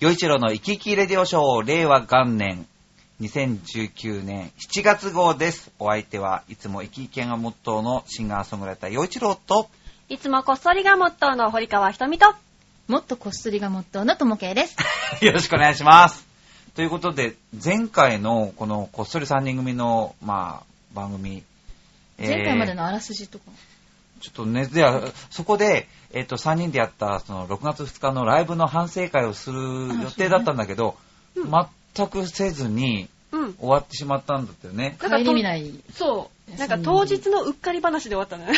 与一郎の生き生きレディオショー、令和元年、2019年7月号です。お相手はいつも生き生きがモットーのシンガーソングライター、与一郎と、いつもこっそりがモットーの堀川ひとみと。もっとこっそりがモットーのともけいです。よろしくお願いします。ということで、前回のこのこっそり3人組の、まあ、番組、えー前回までのあらすじとか。ちょっとね、では、そこで、えっと、3人でやった、その、6月2日のライブの反省会をする予定だったんだけど、うん全くせずにうん。終わってしまったんだったよね。なんかと帰り見ない。そう。なんか当日のうっかり話で終わったのね。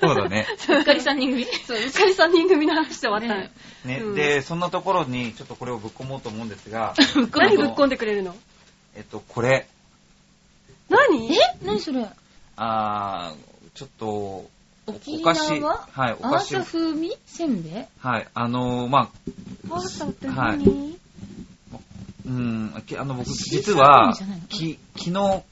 そうだね。うっかり3人 組。 そう、うっかり3人組の話で終わったのよ。ねね、うんで、そんなところに、ちょっとこれをぶっ込もうと思うんですが、何ぶっこんんでくれるのえっと、これ、何え何それあー、ちょっと、お沖お菓子、縄はい、おあ菓な子た、風味せんべいはい、あのー、まあ、あなたってはい何うん、きあの、僕、シー実はサーメンじゃないの、き、昨日、東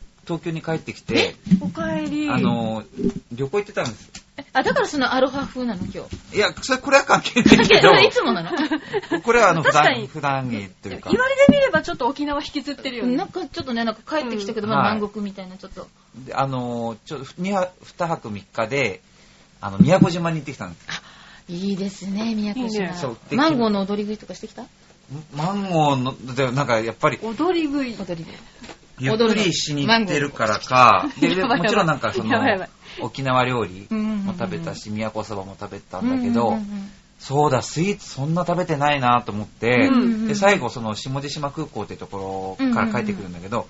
京に帰ってきて、おかえり。あの、旅行行ってたんです。あ、だからそのアロハ風なの今日。いや、それ、これは関係ないけ それいつもなのど、これはあの、普確か段、に普段着というか言、われてみればちょっと沖縄引きずってるよなねん。かちょっとね、なんか帰ってきたけど、うんまはあい南国みたいなちょっと。であの、ちょ、2泊、2泊3日で、あの、宮古島に行ってきたんです。いいですね、宮古いいね島そう。マンゴーの踊り食いとかしてきたマンゴーの、でなんか、やっぱり、踊り食踊りい。食い。ゆっくりしに行ってるからか、ででやばいやばいもちろんなんか、そのやばいやばい、沖縄料理うんうんうんうんも食べたし、宮古そばも食べたんだけうんどうん、うんそうだ、スイーツそんな食べてないなと思って、うんうんで最後、その下地島空港ってところから帰ってくるんだけど、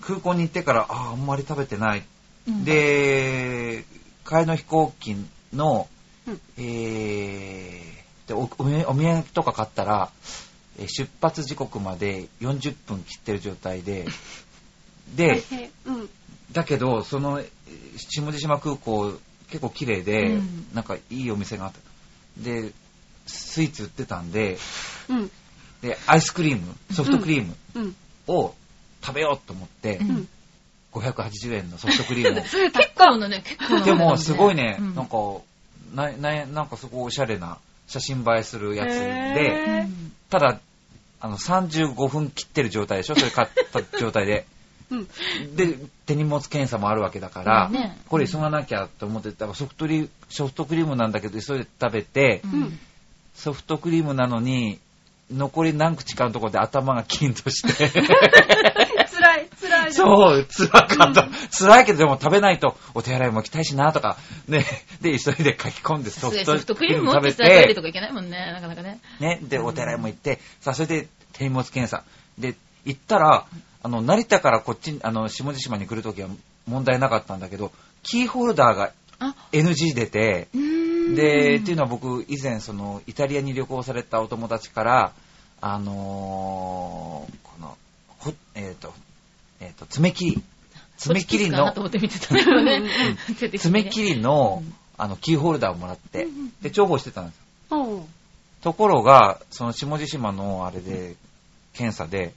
空港に行ってから、ああ、あんまり食べてない。うん、で、帰りの飛行機の、うんえーでおお土お土産とか買ったら、えー出発時刻まで40分切ってる状態 で、で、うん。だけど、その、えー下地島空港、結構綺麗で、うんなんかいいお店があった。で、スイーツ売ってたんで、うん。で、アイスクリーム、ソフトクリームうん。を食べようと思って、うんうん。 580円のソフトクリームを。結構のね、結構のでも、すごいね、うんなんか、な、な、なんかすごいおしゃれな写真映えするやつへで、ーうんただ、あの、35分切ってる状態でしょそれ買った状 態で。うん。で、手荷物検査もあるわけだから、ねこれ急がなきゃと思って、だからソフトリソフトクリームなんだけど、急いで食べて、うんソフトクリームなのに、残り何口かのところで頭がキン として、 辛い、辛い。う。そう、辛かった。辛いけど、でも食べないと、お手洗いも行きたいしな、とか、ね、で、急いで書き込んでソソフフトトクリーム持食ってさ、トべイレとて、か行けないもんね、なかなかね。ね、で、お手洗いも行って、さあ、それで手荷物検査。で、行ったら、あの、成田からこっちに、あの、下地島に来るときは問題なかったんだけど、キーホルダーがあ、 NG 出て、うーんで、っていうのは僕、以前、その、イタリアに旅行されたお友達から、あのーこの、ほえっ、と、えっ、と、爪切り。爪切りそっち好きかなのと、思って見てたんだけどね。出てきてね爪切りの、あの、キーホルダーをもらって、で、重宝してたんですよ。うん。ところが、その、下地島の、あれで、検査で、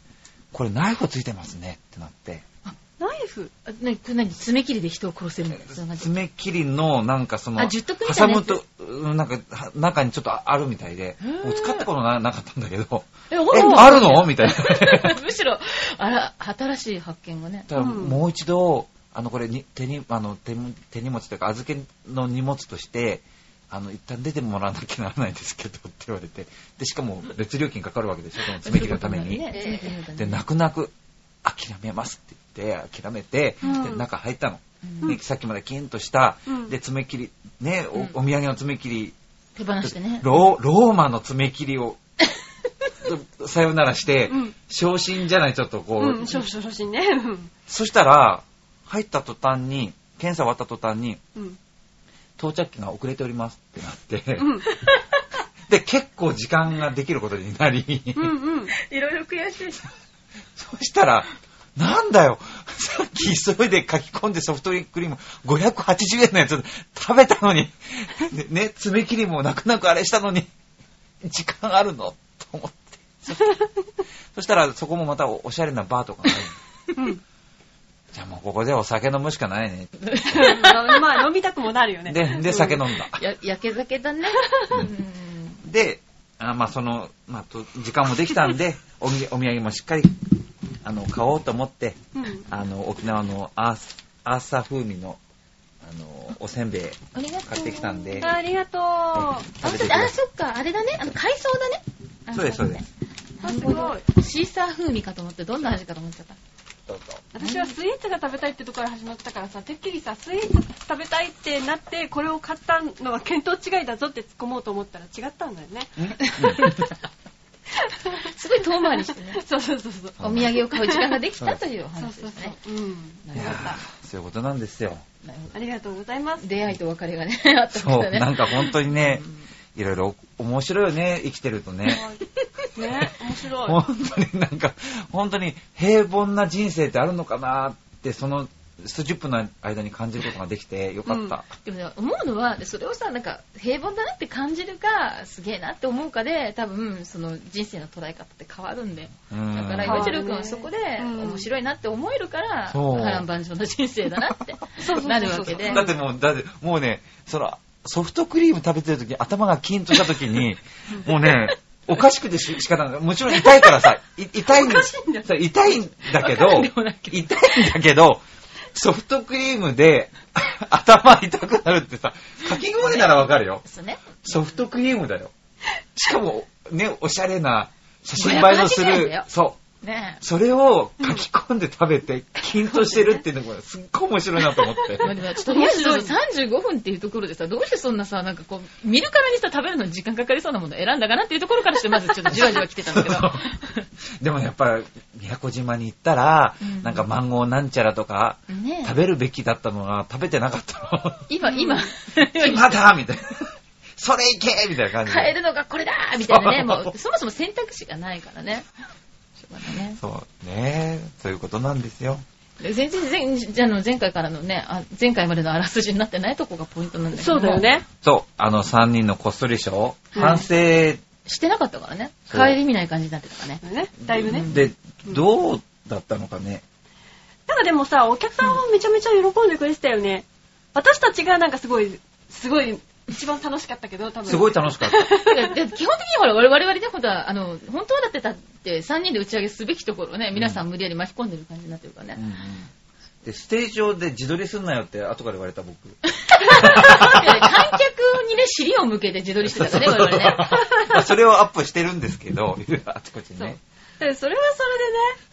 これ、ナイフついてますね、ってなって、ナイフあなこれ何爪切りで人を殺せるみたいなそんな感じ。爪切りの、なんかその、あ十徳みたい挟なやむつと、うんなんか、は中にちょっとあるみたいで、ーもう使ったことななかったんだけど、え、え、あるのみたいな。 むしろ、あら、新しい発見がね。ただうんもう一度、あの、これに、手に、あの、手に手荷物というか、預けの荷物として、あの、一旦出てもらわなきゃならないんですけど、って言われて。で、しかも、別料金かかるわけでしょ、その爪切りのために。ね爪切りのためにで、泣く泣く、諦めますって言って、諦めて、うんで、中入ったの。うんでさっきまでキンとした、うんで、爪切り、ね、お,、うんお土産の爪切り、手放してね。ロー、ローマの爪切りを、さよならしてうん、昇進じゃない、ちょっとこう、うん、少々初心ね。うんそしたら、入った途端に、検査終わった途端に、うん。到着機が遅れておりますってなって、うん。で、結構時間ができることになり、うん。うん。いろいろ悔 しい。そしたら、なんだよ、さっき急いで書き込んでソフトクリーム580円のやつ食べたのに、でね、爪切りもなくなくあれしたのに、時間あるのと思って。そそしたら、そこもまたおおしゃれなバーとかがある。 うん。じゃあもうここでお酒飲むしかないね。まあ、飲みたくもなるよね。で、で、酒飲んだ。や、やけ酒だね。うんで、あまあその、まあ、と時間もできたんでおみお土産もしっかりあの買おうと思ってうん。あの沖縄のアースアーサー風味のあのおせんべいありがとう。買ってきたんでありがとう。ああ、食べてくあださそっか、あれだね。あの、海藻だね。あそうですそうです。すごい。シーサー風味かと思って、どんな味かと思っちゃった。どうぞ私はスイーツが食べたいってところから始まったからさ、てっきりさ、スイーツ食べたいってなって、これを買ったのは見当違いだぞって突っ込もうと思ったら違ったんだよね。すごい遠回りしてね。そうそうそうそう。お土産を買う時間ができたというお話ですね。う。うん。ないるやほーそういうことなんですよど。なるほありがとうございますど。。出会いと別れがね、あったそうね。なんか本当にねうんいろいろ面白いよね生きてるとねね、面白い。本当になんか、本当に平凡な人生ってあるのかなって、その数十分の間に感じることができてよかった。でもね、思うのは、それをさ、なんか、平凡だなって感じるか、すげえなって思うかで、多分、その人生の捉え方って変わるんで。うんだから、今ヨ自ジ由ル君はそこで、うん面白いなって思えるから、そう波乱万丈な人生だなってそうそうそうそ、うなるわけで。だってもう、だってもうね、そのソフトクリーム食べてる時に頭がキンとした時に、もうね、おかしくてし仕方ない。もちろん痛いからさ、い痛いんですおかしいんだよそう痛いんだけわかどんでもない、け痛いんだけど、ソフトクリームで頭痛くなるってさ、かき氷ならわかるよ。そうね。ソフトクリーム だよ。しかも、ね、おしゃれな写真映えのす580円るだよ、そねう。それを書き込んで食べて、キンとしてるっていうのが、すっごい面白いなと思っえ。まて。あで もちょっと面白い35分っていうところでさ、どうしてそんなさ、なんかこう、見るからにさ、食べるのに時間かかりそうなものを選んだかなっていうところからして、まずちょっとじわじわ来てたんだけど。でもやっぱ、宮古島に行ったらう、んなんかマンゴーなんちゃらとか、ね食べるべきだったのが、食べてなかった今、今、の。今だみたいな。それいけみたいな感じ変えで。るのがこれだみたいなね、そうもう、そもそも選択肢がないからね。しょうがないね。そうねそういうことなんですよ。で全然前、あの前回からのね、あ前回までのあらすじになってないとこがポイントなんだけそど。うだよ。ね。そう、あの3人のこっそり賞、うん反省してなかったからね。そう帰り見ない感じになってたからね。ね、だいぶね。で、どうだったのかね。なんかでもさ、お客さんはめちゃめちゃ喜んでくれてたよね。私たちがなんかすごい、すごい、一番楽しかったけど、多分。すごい楽しか った。でで基本的にほら、我々ね、ほら、あの、本当はだってだって3人で打ち上げすべきところをね、皆さん無理やり巻き込んでる感じになってるからね。うんうんで、ステージ上で自撮りすんなよって後から言われた僕。 で観客にね、尻を向けて自撮りしてたからね、我々ね。まあそれをアップしてるんですけど、 あちこちにね。でそれは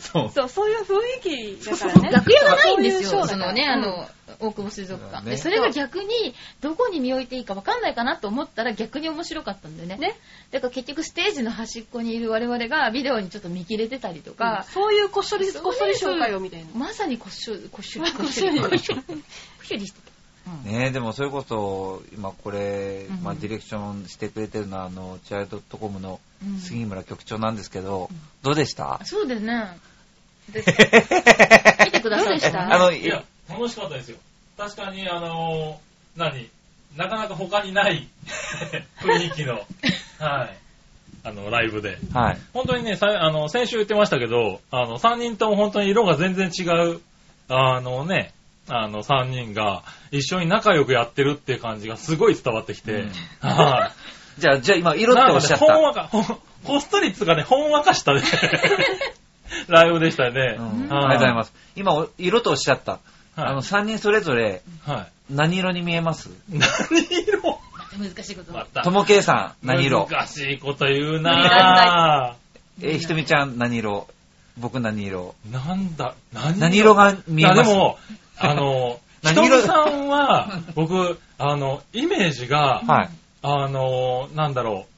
そそれでうね、。そう、そういう雰囲気だから ね。楽屋がないんですよ、そういうショーだそからのね、あうんの、大久保水族館。ねでそれが逆に、どこに身を置いていいか分かんないかなと思ったら逆に面白かったんだよね。ね。だから結局ステージの端っこにいる我々がビデオにちょっと見切れてたりとがか、そういうこっそり、こっそり紹介をみたいな。まさにこっしょり、こっしょり、ここっっしそょり、りこっしょり、こっしょりしてた。うんねでもそれこそ、今これう、んまあ、ディレクションしてくれてるのは、あの、チアイドットコムのうん杉村局長なんですけど、どうでしたあそうだ よね。で見てくださいましあた。の、いや、楽しかったですよ。確かに、あのー何なかなか他にない 雰囲気の、はい。あの、ライブで。はい。本当にね、さあの、先週言ってましたけど、あの、3人とも本当に色が全然違う、あのね、あの、3人が一緒に仲良くやってるっていう感じがすごい伝わってきて、うんはい。じゃあ、じゃあ今、色っておっしゃっなんかねほた。んわか、ほん、ほっそりっつうかね、ほんわかした ね、ライブでしたよね。うんはいありがとうございます。今、お色とおっしゃった。あの、は3人それぞれ、い。はい。何色に見えます何色難しいこと。またともけいさん、何色難しいこと言うなえー、ひとみちゃん何色僕何色ぁ。なんだ、何何色が見えます いやでも、あの、ひ何とみ色さんは、 僕、あの、イメージが、はい。あの、なんだろう。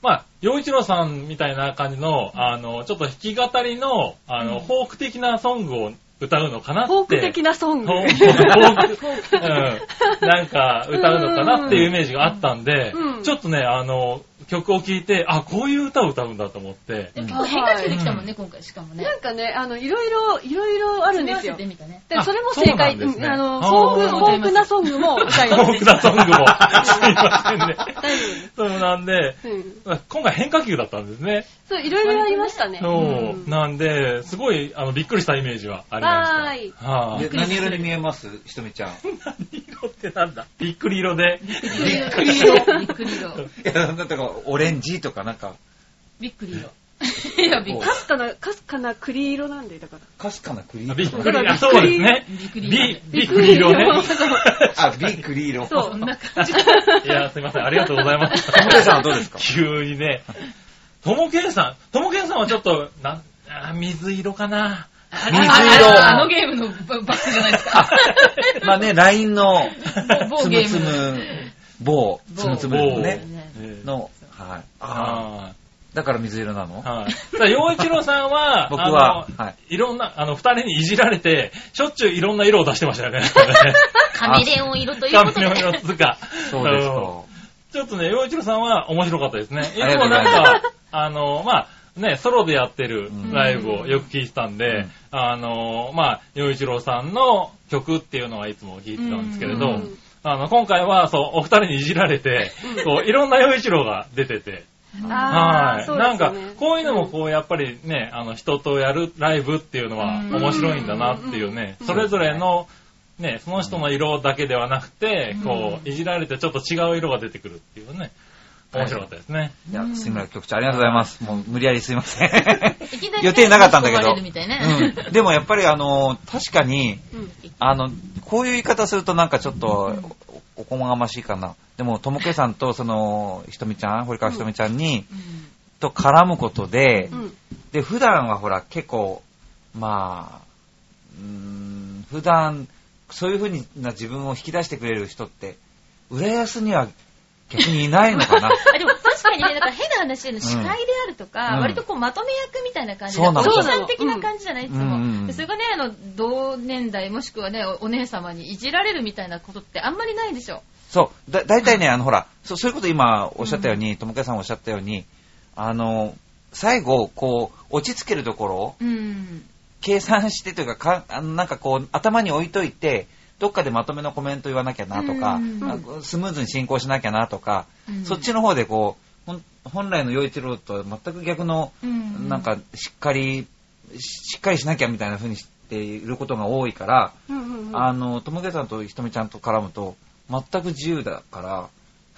まあ、洋一郎さんみたいな感じの、あの、ちょっと弾き語りの、あの、うんフォーク的なソングを歌うのかなって。フォーク的なソングフ。ォーク。フォークうんなんか、歌うのかなっていうイメージがあったんでうん、ちょっとね、あの、曲を聴いて、あ、こういう歌を歌うんだと思って。 でも結構変化球できたもんね、今回しかもね。なんかね、あの、いろいろ、いろいろあるんですよ。組みで、合わせてみたね。あそれも正解。そうなんですねうんあの、あーフォーク、フわかォりーまクすなソングも歌いフォまークなソングを。すいません大ね。 丈夫ですそうなんで、す。うん。今回変化球だったんですね。そう、いろいろありましたね。そうう。んなんで、すごい、あの、びっくりしたイメージはありました。わーいはで何色に見えますひとみちゃん。 色ってなんだびっくり色で。びっくり色。びっくり色。いや、なんだか、オレンジとかなんか、びっくり色。いや、びっくかすかな、かすかな栗色なんで、だから。かすかな栗色。あびっくり、あ、そうですね。り。びっくりび色、。びっくり色ね。あ、び栗色。そうそんな感いや、すいません。ありがとうございます。ともけいさんはどうですか急にね。ともけんさん、ともけんさんはちょっと、なん、あー水色かな。じ。水色ああのゲームのババッグじゃないですか。 まあね、LINE の、 某つゲむーつム。む、某、某つむつむ某のね、えーの、はい。ああ、あだから水色なのーはい。だから陽一郎さんは、僕はあのはいろんな、あの、二人にいじられて、しょっちゅういろんな色を出してました よね。カメレオン色というこ髪とでの。色とか。そうですあのか。ちょっとね、洋一郎さんは面白かったですね。い つありがともうござないんますか、あの、まあ、ね、ソロでやってるうんライブをよく聞いてたんで、うんあの、まあ、洋一郎さんの曲っていうのはいつも聞いてたんですけれうどん、あの、今回は、そう、お二人にいじられて、こう、いろんな洋一郎が出てて、あはあ、い。そうなんですよかね。、こういうのもこう、やっぱりね、あの、人とやるライブっていうのはうん面白いんだなっていうね、うんそれぞれの、ね、その人の色だけではなくて、こうう、いじられてちょっと違う色が出てくるっていうね、面白かったですね。いや、杉村局長ありがとうございます。もう無理やりすいません。いきなり予定なかったんだけ囲まどれるみたいね。うん。でもやっぱりあの、確かに、うんあの、こういう言い方するとなんかちょっとお、おこまがましいかな。でも、ともけさんとその、ひとみちゃん、堀川ひとみちゃんに、と絡むことで、うん。で、普段はほら、結構、まあ、うーん、普段、そういうふうな自分を引き出してくれる人って、浦安には逆にいないのかな。 あでも確かにね、なんか変な話で、ね、司会であるとか、うん割とこうまとめ役みたいな感じで、そうおなのじさん的な感じじゃない、いつも。うんでそれがね、あの、同年代もしくはね、おお姉様にいじられるみたいなことってあんまりないでしょ。そう、だ、大体ね、あの、ほら、そそういうこと今おっしゃったように、ともけさんおっしゃったように、あの、最後、こう、落ち着けるところをうん。計算してというか、かあのなんかこう、頭に置いといて、どっかでまとめのコメント言わなきゃなとかうん、あスムーズに進行しなきゃなとか、うんそっちの方でこう、ほん本来の陽一郎と全く逆の、うんなんか、しっかり、ししっかりしなきゃみたいな風にしていることが多いから、うんうんうん。あの、ともけさんとひとみちゃんと絡むと、全く自由だから、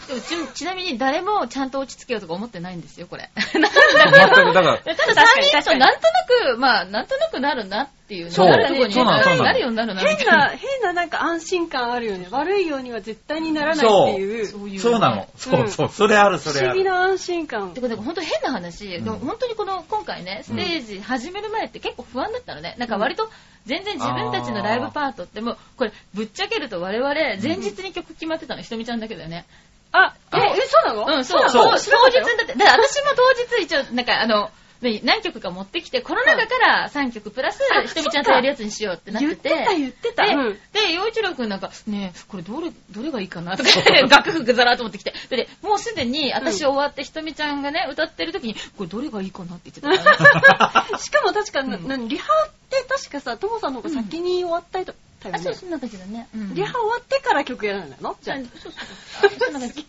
でもちちなみに誰もちゃんと落ち着けようとか思ってないんですよ、こ れ。全く、だから、ただ3人となんとなく、まあ、なんとなくなるなっていうね。そうなるようにそうなのそうなのなるようになるなみた変いな。な、変ななんか安心感あるよね。悪いようには絶対にならないっていう。そういうねそうなの。そううんそう、それある、そ不れあ思議る。な安心感で。もなんか本当変な話、うんでも本当にこの今回ね、ステージ始める前って結構不安だったのね、なんか割と全然自分たちのライブパートってもう、これ、ぶっちゃけると我々、前日に曲決まってたの、ひとみちゃんだけだよね。あ、え、え、そうなのうん、そう、そう当知らなかっ日たよだって、だから私も当日一応、なんかあの、ね何曲か持ってきて、この中から3曲プラスあ、ひとみちゃんとやるやつにしようってなっ言っててて。た、言ってた。でうん、で、洋一郎くんなんか、ねえ、これどれ、どれがいいかなとか 言って、楽譜がザラーと思ってきて、で、もうすでに私終わってひとみちゃんがね、歌ってる時に、これどれがいいかなって言ってた からね。しかも確か、なうん何リハって確かさ、ともさんの方が先に終わったりと、だよあ、そうね。そうなんだけどね。うんリハ終わってから曲やらないのじゃあそうそうそう。そんな感じ。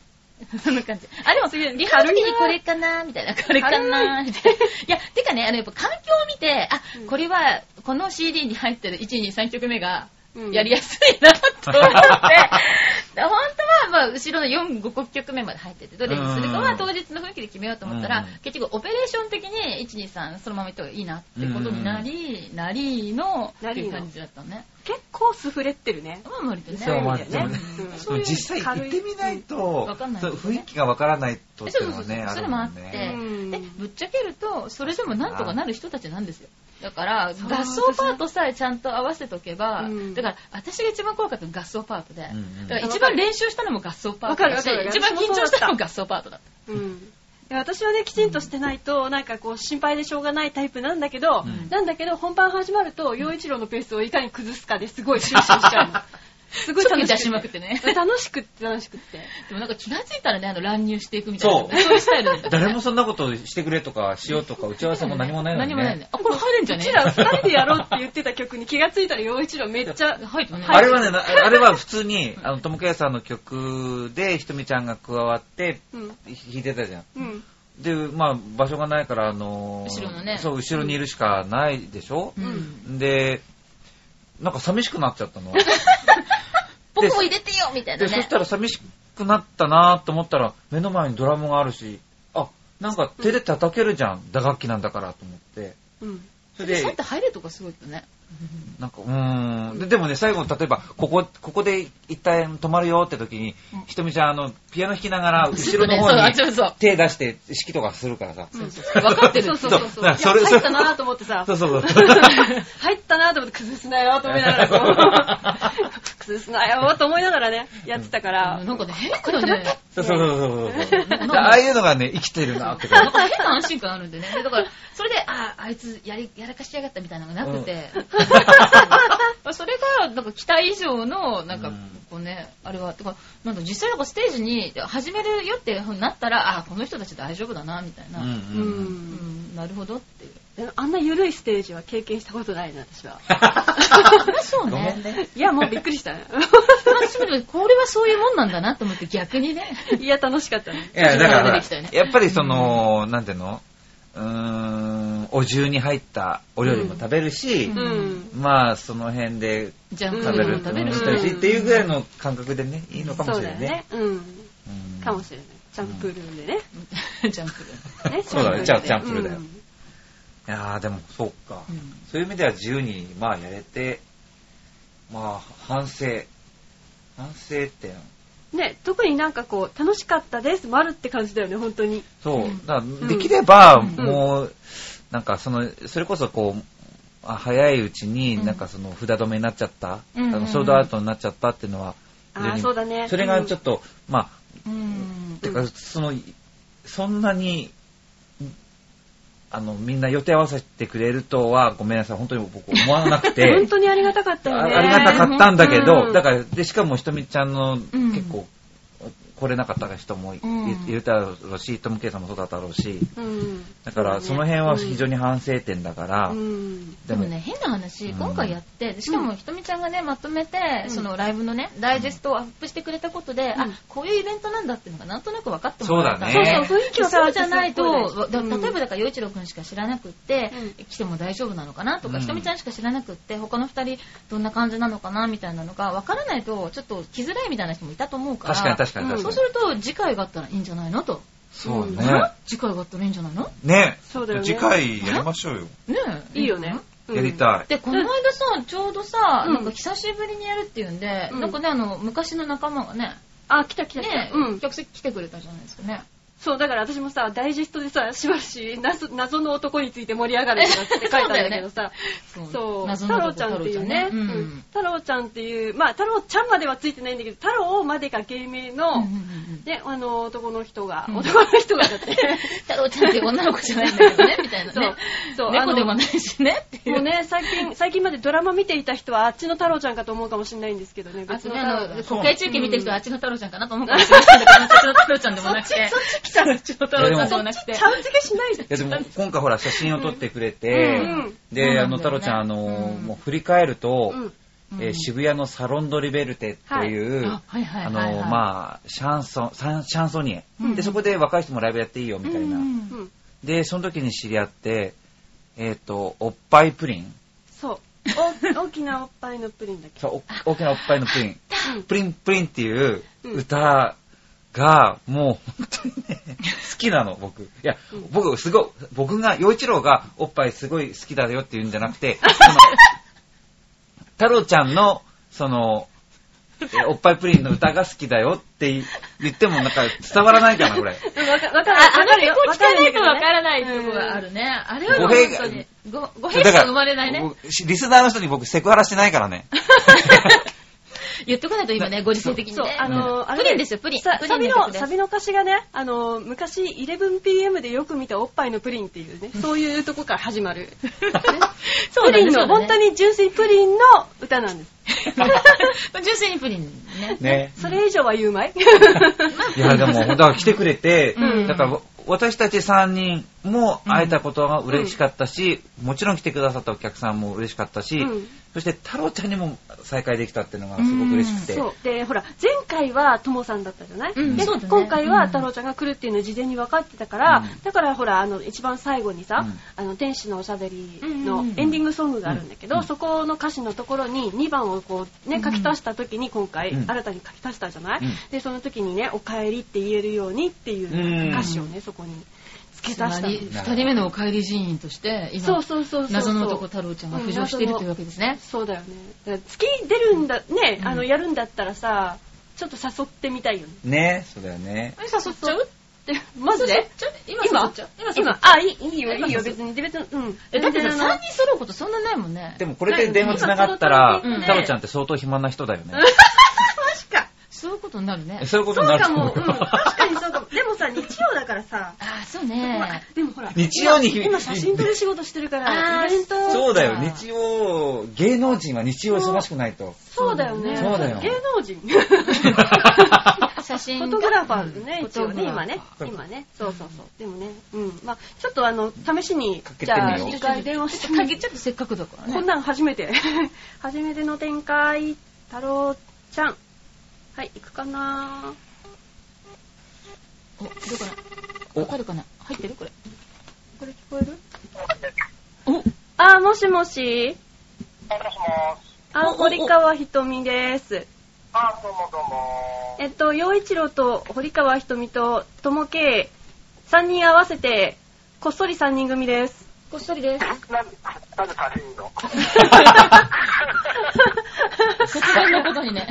そんな感じ。あ、でも、リハの時にこれかなみたいな、これかなみた いな。いや、てかね、あの、やっぱ環境を見て、あうん、これは、この CD に入ってる1、2、3曲目が、うんやりやすいなと思って、本当は、まあ、後ろの4、5曲目まで入ってて、どれにするかうはん当日の雰囲気で決めようと思ったらうん、結局、オペレーション的に、1、2、3、そのままいった方がいいなってことになり、なりの、っていう感じだったね。結構スフレってるね。まあ、割とね。そういう意味でまあでもねうんでも実際行ってみないとうんわかん、ないそう雰囲気がわからないとっていうのはね、そうそうそうあそるれもあもっんて、ね。うんでぶっちゃけるとそれでもなんとかなる人たちなんですよだからそう合奏パートさえちゃんと合わせとけば、うんだから私が一番怖かったのが合奏パートで、うんうんだから一番練習したのも合奏パートだしわかるわかる一番緊張したのも合奏パートだっうんいや私はね、きちんとしてないと、なんかこう、心配でしょうがないタイプなんだけど、うんなんだけど、本番始まると、陽一郎のペースをいかに崩すかですごい 終始しちゃうの。すたごい楽ちょっと緊張ししくまくて。ってね楽しくって楽しくって。でもなんか気がついたらねあの乱入していくみたいなそういうスタイルだった誰もそんなことしてくれとか、しようとか、打ち合わせも何もないの何にもないねね。あこれ入るんじゃうねちら二人でやろうって言ってた曲に気がついたら陽一郎めっちゃ、入ってもねあれはね、なあれは普通に、あの、ともけさんの曲で、ひとみちゃんが加わって、うん、弾いてたじゃん。うん、で、まあ、場所がないから、あのー、後ろのねそう、後ろにいるしかないでしょううんんで、なんか寂しくなっちゃったの。僕も入れてよみたいなで、そねし。たら寂しくなったなーと思ったら、目の前にドラムがあるし、あ、なんか手で叩けるじゃん、打楽器なんだからと思って。うん。それシャッでと、入るとかすごいよね。なんか、うーん。で、でもね、最後、例えば、ここ、ここで一旦止まるよって時に、ひとみちゃん、あの、ピアノ弾きながら、後ろのそう方あにそうそう。手出して、指揮とかするからさ。そうそう分かってるそうそうそうだかそう。いらやそれ入ったなと思ってさそ、うそう そう。 入ったなと思って崩すなよと思いながら こう、崩すなよと思いながらね、やってたから、なんかね、変だね。そうそうそうそうそう。なんであかあいうのがね、生きてるなって。なんか変な安心感あるんでね。だから、それで、あ、あいつやり、やらかしやがったみたいなのがなくて。 それが、なんか期待以上の、なんうかん、こうね、あれは、てか、なんか実際なんかステージに始めるよってなったら、あ、この人たち大丈夫だな、みたいな。うんう。うんうんん。なるほどっていう。でもあんな緩いステージは経験したことないな、私は。そうごめんね。いや、もうびっくり したね。私もでもこれはそういうもんなんだなと思って逆にね。いや、楽しかったね。いや、だか出らてきたよね、やっぱりその、なんていうのうーん、お重に入ったお料理も食べるし、うんうん。まあ、その辺でジャンプ食べる、うん食べるし人たたし、ち。っていうぐらいの感覚でね、いいのかもそしうれだなよいねね。。うん。うんかもしれない。チャンプルーでね。 ジャンプ。ねそうだね、じゃあ、チャンプルーだよ。ういんやー、でも、そうかう。んそういう意味では自由に、まあ、やれて、まあ、反省。反省って、ね、特になんかこう、楽しかったです、丸って感じだよね、本当に。そうう。んだからできれば、うんもう、なんかその、それこそこう、あ早いうちうに、んなんかその札止めになっちゃった、うんうんうんあのソードアウトになっちゃったっていうのは、非常ああ、にそうだね。それがちょっっと、まうんあ、。てか、その、そんなに、あの、みんな予定合わせてくれるとは、ごめんなさい、本当に僕思わなく とて本、当にありがたかったよあね。ありがたかったんだけど、うんだから、で、しかもひとみちゃんのん結構、来れなかった人もい,、うんいるだろうし、トム・ケイさんもそうだったろうし、うん。だから、その辺は非常に反省点だから、うん。でもね、変な話、うん今回やって、しかもひとみちゃんがね、まとめて、うんそのライブのね、ダイジェストをアップしてくれたことで、うんあ、こういうイベントなんだっていうのがなんとなく分かってもらえた。そうだねそうそう雰囲気は変そわうってじすごゃいないと、だうん例えばだから、洋一郎くんしか知らなくって、う来ても大丈夫なのかなとうか、んひとみちゃんしか知らなくって、他の二人どんな感じなのかなみたいなのが分からないと、ちょっと来づらいみたいな人もいたと思うから、確かに確かに確かそうにす。ると、次回があったらいいんじゃないのと。そううんね。あ次回があったらいいんじゃないのねそうだよね次回やりましょうよ。ねえいいよね。うんやりたい。で、この間さ、ちょうどさ、うんなんか久しぶりにやるっていうんで、うんなんかね、あの、昔の仲間がね、あ、来た来た来た。ね、うん。客席来てくれたじゃないですかね。そう、だから私もさ、ダイジェストでさ、しばし謎謎の男について盛り上がるとかって書いたんだけどさ、そう、謎太の郎男ちゃんっていうね、太郎ちゃんねうん太郎ちゃんっていう、まあ太郎ちゃんまではついてないんだけど、太郎までが芸名うんうんのうんう、んね、あの、男の人が、うん男の人がだって、 太郎ちゃんって女の子じゃないんだけどね、みたいなそうね。、そう、あ猫のでもないしね、っていもうう。ね、最近、最近までドラマ見ていた人はあっちの太郎ちゃんかと思うかもしれないんですけどね、あとの太ね、郎あだの、そう国会中継見てる人はあっちの太郎ちゃんかなと思うかもしれないけど、あっちの太郎ちゃんでも なくて。そっち来ちゃう。あっちの太郎ちゃんでもなくて。ちゃん付けしないでいやでも今回ほら写真を撮ってくれうてんうん、で、あの、そ太郎うなんちだゃん、あよねの、うんもう振り返ると、うんえー渋谷のサロンドリベルテっていう、はいあはいはあいはいはいの、まあ、シャンソン、サンシャンソニエ、うんで、そこで若い人もライブやっていいよ、みたいな。うんうんうん、で、その時に知り合って、えっ、と、おっぱいプリン。そう。お大きなおっぱいのプリンだっけそうお大きなおっぱいのプリン。うんプリンプリンっていう歌が、もう本当に ね、好きなの、僕。いや、僕、すごい、僕が、洋一郎がおっぱいすごい好きだよって言うんじゃなく て、その太郎ちゃんの、その、えおっぱいプリンの歌が好きだよって言ってもなんか伝わらないかな、これ。うんわかわかる。あ、あわのかる曲よ。を聞かないとわからないうんとこがあるね。あれは語本弊が当に、ご、ご弊しか生まれないだねか。ら僕リスナーの人に僕セクハラしてないから ね。 言っとかないと今ね、ご時世的にそうね、。あの、あれプリンですよ、プリン。さプリサンビ曲の、ですサビの歌詞がね、あの、昔 11pm でよく見たおっぱいのプリンっていうね、そういうとこから始まる。 そうプだリねンその、うだね本当に純粋プリンの歌なんです。 純粋にプリンね。ね。それ以上は言うまいいや、でも、だから来てくれて、うんだから、私たち3人、も会えたことが嬉しかったし、もちろん来てくださったお客さんも嬉しかったし、うんそして太郎ちゃんにも再会できたっていうのがすごく嬉しくて、そうでほら前回はともさんだったじゃない、うんでそうだね今回は太郎ちゃんが来るっていうのを事前に分かってたから、うんだからほらあの一番最後にさ「うんあの天使のおしゃべり」うのんうんエンディングソングがあるんだけど、うんそこの歌詞のところに2番をこうね書き足した時に今回うん新たに書き足したじゃない、うんでその時にね「おかえり」って言えるようにっていう歌詞をねそこに付け足したのり2人目のお帰り人員として、そ今う、そうそうそうそう謎の男太郎ちゃんが浮上しているというわけですね。そうだよねだから月出るんだね、うんあのやるんだったらさちょっと誘ってみたいよねねそうだよねえ誘っちゃうってマジでちょ今誘今っちゃう今今今あいいいいよいい今よそう別に別にうんえだってさ全然あの3人揃うことそんなないもんねでもこれで電話つながったらうん太郎ちゃんって相当暇な人だよね、そういうことになるねえ。そういうことそにうなるかも、うん、確かにそうかも。でもさ、日曜だから さ、あ、そうほらね。でもほら、日曜に今今写真撮り仕事してるから、あーイベント、 そうだよ日曜芸能人は日曜忙しくないとそうだよね。そうだよ芸能 人。写真フがォトグラファーでね、うん一応ね、フォトグラ今ファーね、今ね、そうそうそう。でもね、うん。まあちょっとあの、試しにか、けじてみようゃあ、一回電話してみかけちょっとせっかくだからね。こんなん初めて。 初めての展開、太郎ちゃん。はい、行くかなお、どこかおなわかるかな入ってるこれ。これ聞こえるお、あー、もしもし。あ、堀川ひとみです。あ、どうもどうも。えっと、陽一郎と堀川ひとみと、ともけい、3人合わせて、こっそり3人組です。こっそりですなん、なんで写真の突然のことに ね。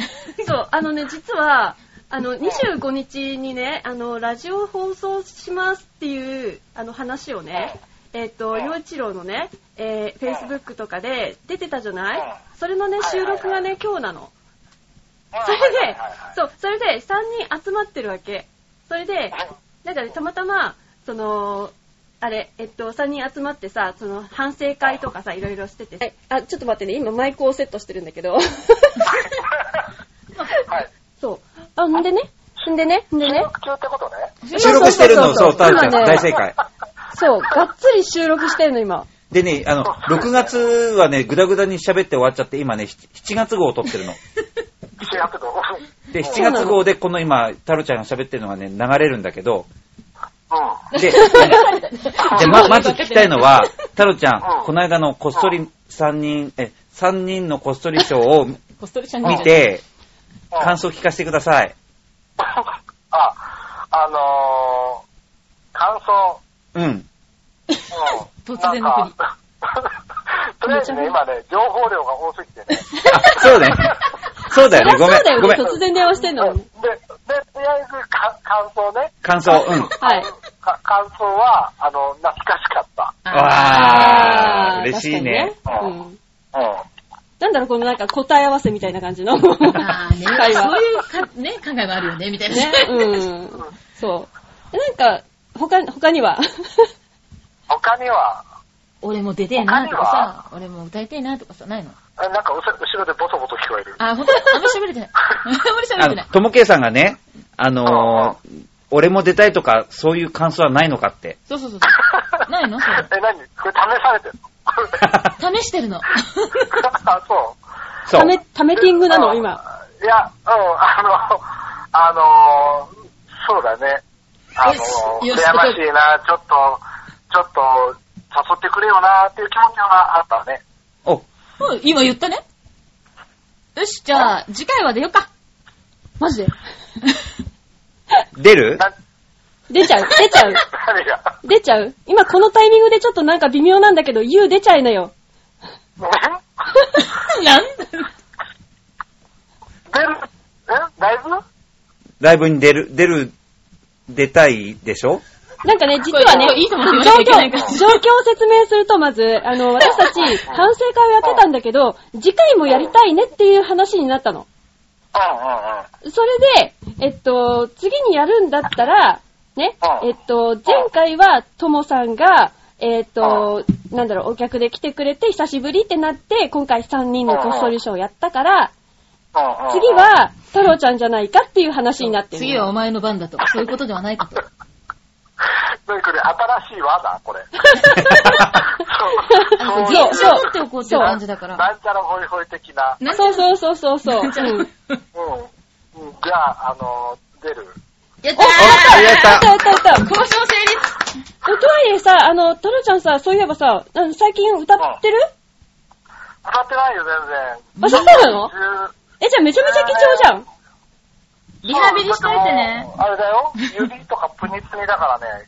そう、あのね、実は、あの、25日にね、あの、ラジオ放送しますっていう、あの、話をね、えっと、陽一郎のね、えー、Facebook とかで出てたじゃないそれのね、収録がね、今日なの。それで、そう、それで3人集まってるわけ。それで、なんかね、たまたま、その、あれ、えっと、3人集まってさ、その、反省会とかさ、いろいろしてて。えあ、ちょっと待ってね、今マイクをセットしてるんだけ ど。はい。そう。あ、んでね、んでね、んでね。普通ってことね。収録してるのそう太郎ちゃん今ね大正解そう、がっつり収録してるの、今。でね、あの、6月はね、ぐだぐだに喋って終わっちゃって、今ね、7月号を撮って るの。 7月の。うん。で、7月号でこの今、太郎ちゃんが喋ってるのがね、流れるんだけど、あ で、でま、まず聞きたいのは、太郎ちゃん、この間のこっそり3人、え、3人のこっそりショーをこっそりちゃん見て、感想聞かせてください。、 あのー、感想。うん。うん。突然の振りなんか とりあえずね、今ね、情報量が多すぎてね。あ、そうね。 そうだよね。ごめそうだよん。ごめね、ん。突然電話してんので、でに。、とりあえずか感想ね。感想、うん。はい。か感想は、あの、懐かしかった。わー、嬉しいね。確かにねうんうん。なんだろう、このなんか答え合わせみたいな感じのあーね、会話。そういうか、ね、考えもあるよね、みたいな。ね、うん。そう。なんか、他、他には他には、俺も出てえなとかさ、俺も歌いてえなとかさ、ないのえなんか後ろ後ろでボソボソ聞こえる。あ、ほんとあんま喋れてない。 あんまり喋れあてのない。、ともけいさんがね、あのー、俺も出たいとか、そういう感想はないのかって。そうそうそう そう。ないのそれ。え、何これ試されてるの 試してるの。 あ、そう。そうた。め、ためティングなの、今。いや、うん、あの、あの、そうだね。あの、よ羨しましいな、ちょっと、ちょっと、誘ってくれよな、っていう気持ちはあったね。うお、ん、今言ったね。よし、じゃあ、次回は出ようか。マジで。出るな、出ちゃう、出ちゃう、何が、出ちゃう。今このタイミングでちょっとなんか微妙なんだけど、言う出ちゃいなよ。 なんだ出る、え大丈夫ライブに出る、出る、出たいでし ょなんかね、実はねこれこれいいと思って、言わ状なきゃいけな況いから、状況を説明すると、まず、あ の、私たち、反省会をやってたんだけど、次回もやりたいねっていう話になったの。うそれで、えっと、次にやるんだったら、ね、うんえっと、前回は、ともさんが、えっと、なんだろう、お客で来てくれて、久しぶりってなって、今回3人のこっそりショーをやったから、んうんうん。うんうん次、は、太郎ちゃんじゃないかっていう話になってる。次はお前の番だと。そういうことではないかと。何これ、新しい技これ。あのそう、自分そう で持っていうおこうっていう感じだから。なんちゃらホイホイ的な。なんそうそうそうそう そう。うんうん。うん、じゃあ、あの、出る。やったおやったやったやった。ー交渉成立とはいえさ、あの、トラちゃんさ、そういえばさ、あの最近歌ってる歌ってないよ、全然。あ、そうなの十え、じゃあめちゃめちゃ貴重じゃん。リハビリしといてね。そうだってもうあれだよ、指とかプニプニだからね、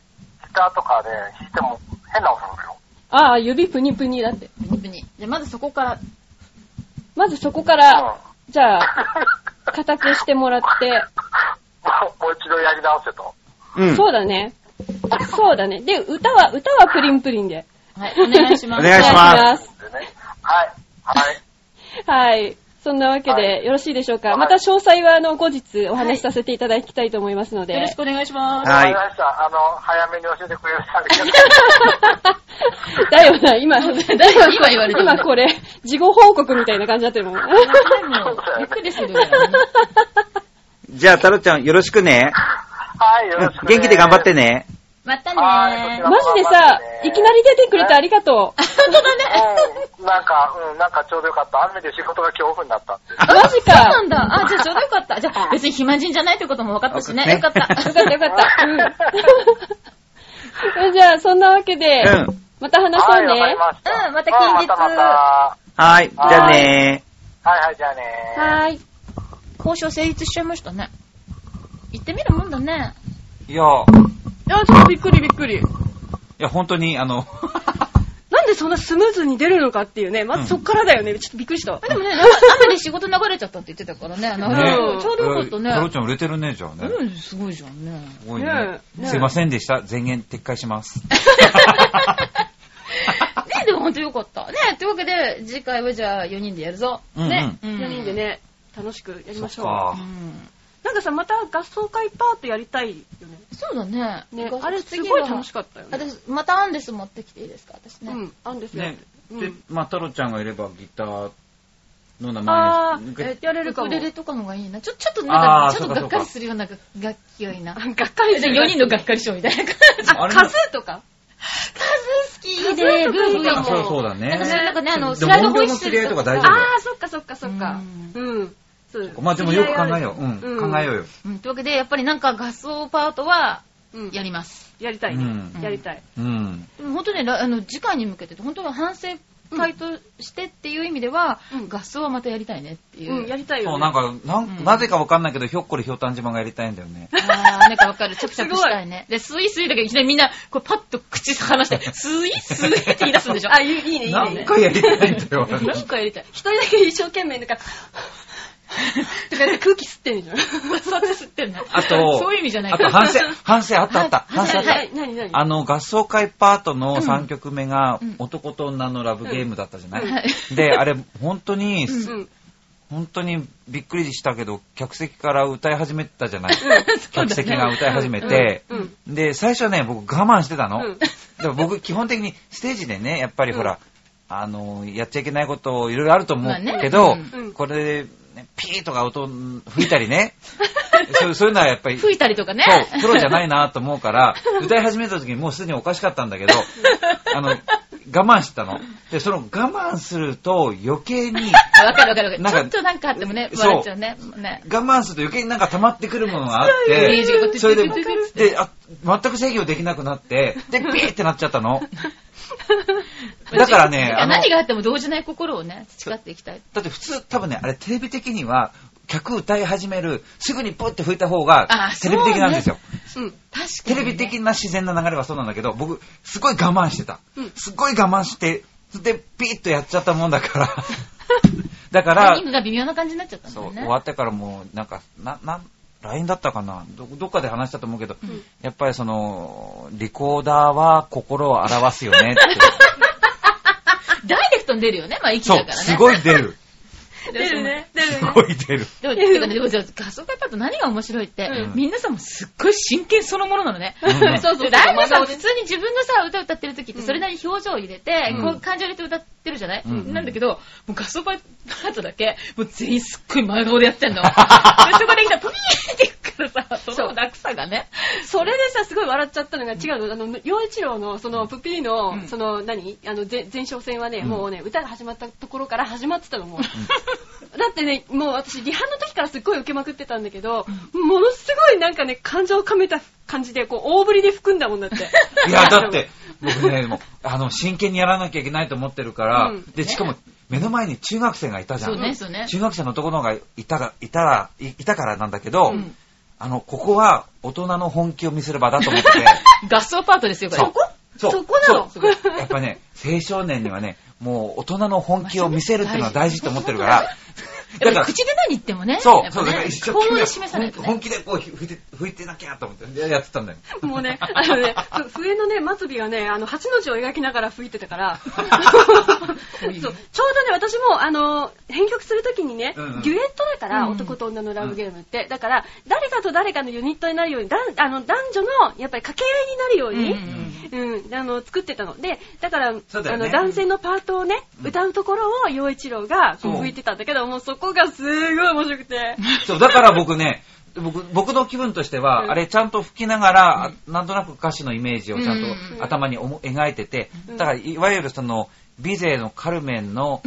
ギターとかで弾いても変な音するよ。ああ、指プニプニだって。プニプニ。じゃあまずそこから。まずそこから、うじゃあ、ん。固くしてもらって。 もうもう一度やり直せと。うん。そうだね。そうだね。で、歌は、歌はプリンプリンで。 はい、お願いしおます。願いし願まいす。しでね。はい。はまい。す。はい。そんなわけはで、よろしいでしょうはか。いまた詳細は、あの、後日お話しさせていただきたいと思いますので。よろしくお願いします。はいわかりました。あの、早めに教えてくれる人ありがとう。だよな、 今、今言われてる今これ、事後報告みたいな感じになってるもん。もう びっくりするぐらいだね。じゃあ、タロちゃん、よろしくね。はい、よろしく、元気で頑張って。ね。またはいねこー。マジでさ、いきなり出てくれてありが とう。うん。なんか、うん、なんかちょうどよかった。雨で仕事が恐怖になった。マジそうかな。んだ。あ、じゃあちょうどよかった。じゃあ別に暇人じゃないってことも分かったしね。ねよかった。よかったよかった。 うんじゃあ、そんなわけで、うん。また話そはうい、わかりね。ました。うんまた近日またまた。はい。じゃあねはいはい、じゃあね ー。はーい。交渉成立しちゃいましたね。行ってみるもんだね。いや、いいや、ちょっとびっくりびっくり。や、本当に、あの、なんでそんなスムーズに出るのかっていうね、まずそっからだよね。ちょっとびっくりした。でもね、雨で仕事流れちゃったって言ってたからね。なるねほど。ちょうどよかったタロね。ちゃん売れてるね、じゃあね。うん、すごいじゃんね。すごいねね。えねえすいませんでした。全言撤回します。ねでもほんとよかった。ねというわけで、次回はじゃあ4人でやるぞ。うんうんね。 4人で。ね、楽しくやりましょう。そっうかん。なんかさ、また合奏会パートやりたいよそうだね。ね。ねなんかあれす次ごいは楽しかったよね。私、またアンデス持ってきていいですか私ね。うん、あんですよ。ね。うでん、まあ、タロちゃんがいればギターの名あ前ー、えでやれるかウも。クレレとかのがいいな。ちょ、ちょっとあなんーか、ちょっそうとかがっかりするような楽楽器がいいな。がっかりする。 4人のがっかりショーみたいな感じ。ああ、れカズーとか好きで、ブーブー言あっそうて。そうだなんかね。それなんかね、あの、でスもライド音ホイ量ッのス釣ルり合いとか大丈夫。あー、そっかそっかそっか。うん。そうまあ、でもよく考えよう。うん。考えようよ。うん、というわけで、やっぱりなんか合奏パートはう。うん。ややりります。たいね、うんやりたい。うん。でも本当にね、らあの、次回に向けて、本当に反省会としてっていう意味では、うん合奏はまたやりたいねっていう。うん、やりたいそよ、ね。う、なんか、なんなぜかわかんないけど、ひょっこりひょうたん島がやりたいんだよね。あーなんかわかる。チャプチャプしたいね。で、スイスイだけどいきなりみんな、こうパッと口離 して、スイスイって言い出すんでしょ。あ、いいいいね、いい何ね。回やりたいん だよ。なんかやりたい。一人だけ一生懸命、な んか、とかやって空気吸ってんじゃん。そう やって吸ってんの。あと、そういう意味じゃないあと 反省、反省あったあった。反省あった。なになにあの、合奏会パートの3曲目がうん、男と女のラブゲームだったじゃない、はい。で、あれ、本当に、うん。本当にびっくりしたけど、客席から歌い始めたじゃない、そうだね客席が歌い始めて、うん。で、最初はね、僕我慢してたの。うんでも僕、基本的にステージでね、やっぱりほら、あの、やっちゃいけないこといろいろあると思うけまど、あねうんこれで、ね、ピーとか音吹いたりね、そうそういうのはやっぱり、吹いたりとかね。そう、プロじゃないなと思うから、歌い始めた時にもうすでにおかしかったんだけど、あの、我慢してたの。で、その我慢すると余計に、わかるわかるなんわかる。かちょっとなんかあってもね、そう笑っちゃうね。ね。我慢すると余計になんか溜まってくるものがあっ、イメージがこうやっててそれでわかる、で、あ全く制御できなくなって、で、ピーってなっちゃった の。だからね、あの、何があっても動じない心をね、培っていきたい。だって普通多分ね、あれテレビ的には、客歌い始める、すぐにポッて吹いた方があ、テレビ的なんですよ。うん。確かテに。レビ的な自然な流れはそうなんだけど、僕、すごい我慢してたうん。すごい我慢して、で、ピーッとやっちゃったもんだ から。だかタイらミン、グが微妙な感じになっちゃったんだそよう、ね。終わってからもう、なんか、な、なん、LINE だったかなど、どっかで話したと思うけど、やっぱりその、リコーダーは心を表すよね って。ダイレクトに出るよね、まあ息だそかう、らね。すごい出る。出るね。出すごい 出る。でも、ていうかね、でも、じゃあ画像会パッド何が面白いって、うんみんなさ、もうすっごい真剣そのものなのね。んうんそうそう。ライブさ、普通に自分のさ、歌歌ってる時って、それなりに表情を入れて、うんこう感情を入れて歌っってるじゃない、うんなんだけど、もうガソパートだけ、もう全員すっごい真顔でやってんの。で、そこで来たら、プミーって行くからさ、その落差がね。それでさ、すごい笑っちゃったのが、違うの、あの、洋一郎の、その、プピーの、うんその、何あの、ぜ前哨戦はね、もうね、歌が始まったところから始まってたの、もう。だってね、もう私、リハの時からすっごい受けまくってたんだけど、ものすごいなんかね、感情をかめた感じで、こう、大振りで含んだもんだって。いや、だって、僕ね、もう、あの、真剣にやらなきゃいけないと思ってるから、うんで、しかも、目の前に中学生がいたじゃん。そうね、そうね。中学生の男の方がいたが、いたら、いいたからなんだけど、うんあの、ここは大人の本気を見せる場だと思ってて、合奏パートですよ、これ。そうそこなのそうやっぱね、青少年にはね、もう大人の本気を見せるっていうのは大事と思ってるから、 やっだぱかりら、口で何言ってもね、そう、やっそう、ぱだからね一生行動懸で示さない命、とほんね。本気でこう吹いて、吹いてなきゃと思って、やってたんだよ。 もうね、あのね、ふ笛のね、末尾がね、あの、八の字を描きながら吹いてたから、そう、ちょうど ね、私も、あの、編曲するときにね、うんうんデュエットだから、うんうん男と女のラブゲームって、だから、誰かと誰かのユニットになるように、だんあの、男女の、やっぱり掛け合いになるように、うんうんうん、あの、作ってたの。で、だから、そうだあよねの、男性のパートをね、うん歌うところを、洋一郎が、こう吹いてたんだけど、もうそこがすごい面白くて。そう、だから僕ね、僕僕の気分としては、うんあれちゃんと吹きながら、あなんとなく歌詞のイメージをちゃんうんと頭に思描いてて、うんだからいわゆるその、美勢のカルメンの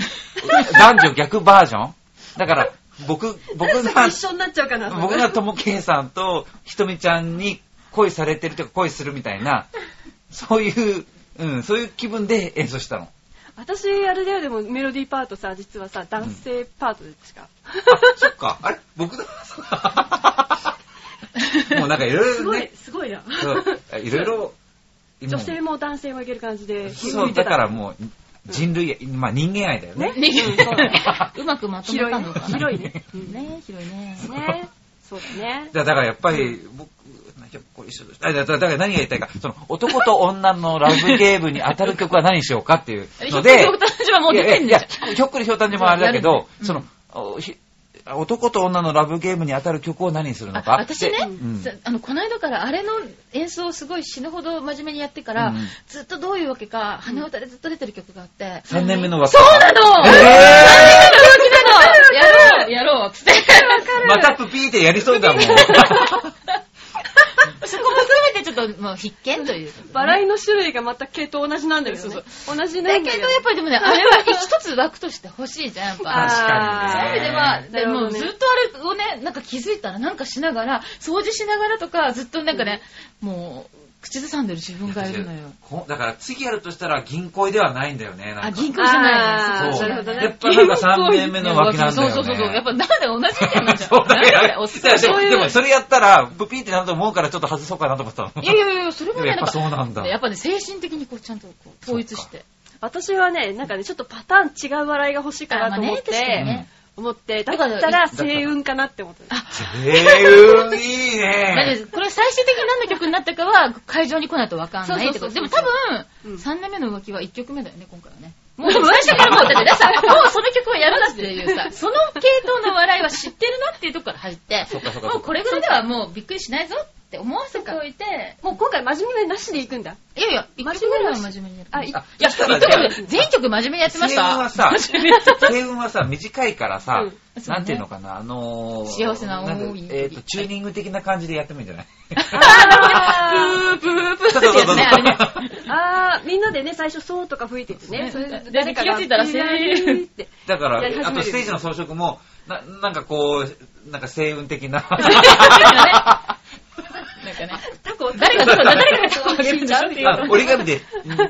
男女逆バージョンだから僕、僕 が、一緒になっちゃうかな、それ僕がともけいさんとひとみちゃんに恋されてるというか恋するみたいな、そういう、うん、そういう気分で演奏したの。私、あれだよ、でもメロディーパートさ、実はさ、男性パートでしか。あ、そっか。あれ 僕だ。もうなんかいろいすろごねい、、すごいな。そういろいろ、女性も男性もいける感じで、そう、だからもう、人類、まあ人間愛だよね。ね。ね、うんそうだねうまくまとめ広たいねのかな。。広いね。うんね。ね広いね。そうだね。だだからやっぱり、僕、なんかこう一緒だだだから何が言いたいか、その男と女のラブゲームに当たる曲は何しようかっていうので、ひょっこりひょうたんじまもう出てんいじゃやんいや、ひょっこりひょうたんじまあれだけど、その、おひ男と女のラブゲームに当たる曲を何にするのあか。私ねでうん、さあのこの間からあれの演奏をすごい死ぬほど真面目にやってから、うんずっとどういうわけか鼻歌でずっと出てる曲があって、 3年目の若そさうなの、えなのやろうやろうつってーまたプピーってやりそうだもん。そこも含めてちょっともう必見というバラエの種類がまた系統同じなんだけどねそう。同じだなんだけけどど。やっぱりでもねあれは一つ枠として欲しいじゃんやっぱああー確かにねそういう意味では、なでるほもどうねずっとあれをね、なんか気づいたらなんかしながら、掃除しながらとか、ずっとなんかね、もう、口ずさんでる自分がいるのよ。こだから次やるとしたら銀行ではないんだよね。なんかあ、銀行じゃないあーです。そうなるほどねやっぱなんか3年目の脇なんだよね。そうそうそう。やっぱなんで同じってなっちゃう。 そうだなんだねよ。おっさんそういでうもそれやったら、ブピーってなると思うからちょっと外そうかなと思ったの。いやいやいや、それもね、やっぱそうなんだかやっぱね、精神的にこう、ちゃんとこう統一して。私はね、なんかね、ちょっとパターン違う笑いが欲しいかなあまあと思ねっ、確かにて、ね。思って、だだっからたら、星雲かなって思った。えー、いいまあね。これ最終的に何の曲になったかは、会場に来ないとわかんないってそこうと。そでうそうそもう多うん分、3年目の浮気は1曲目だよね、今回はね。もう最初からもう、 だってさ、もうその曲をやるなっていうさ、その系統の笑いは知ってるなっていうところから入ってそっかそっ、かそっかもうこれぐらいではもうびっくりしないぞって思わせておいて、もう今回真面目なしで行くんだ。いやいや、一曲ぐらいは真面目にやってまあ、しいた。あいや、そしたら一曲目全曲真面目にやってま星し雲た。 はさ、真面目にやってました星雲はさ、短いからさうん、そうねなんていうのかな、あのー、幸せな思いんかえっと、チューニング的な感じでやってもいいんじゃない あプープープーってやつね、あれね。ーあー、みんなでね、最初、そうとか吹いててね。そうねれで気がついたらピラリーって。だかやりら、始あめるとステージの装飾も、ななんかこう、なんか星雲的 な。なんかね、タコ、誰が、誰がタコあげるんでしょっていうあ折り紙で、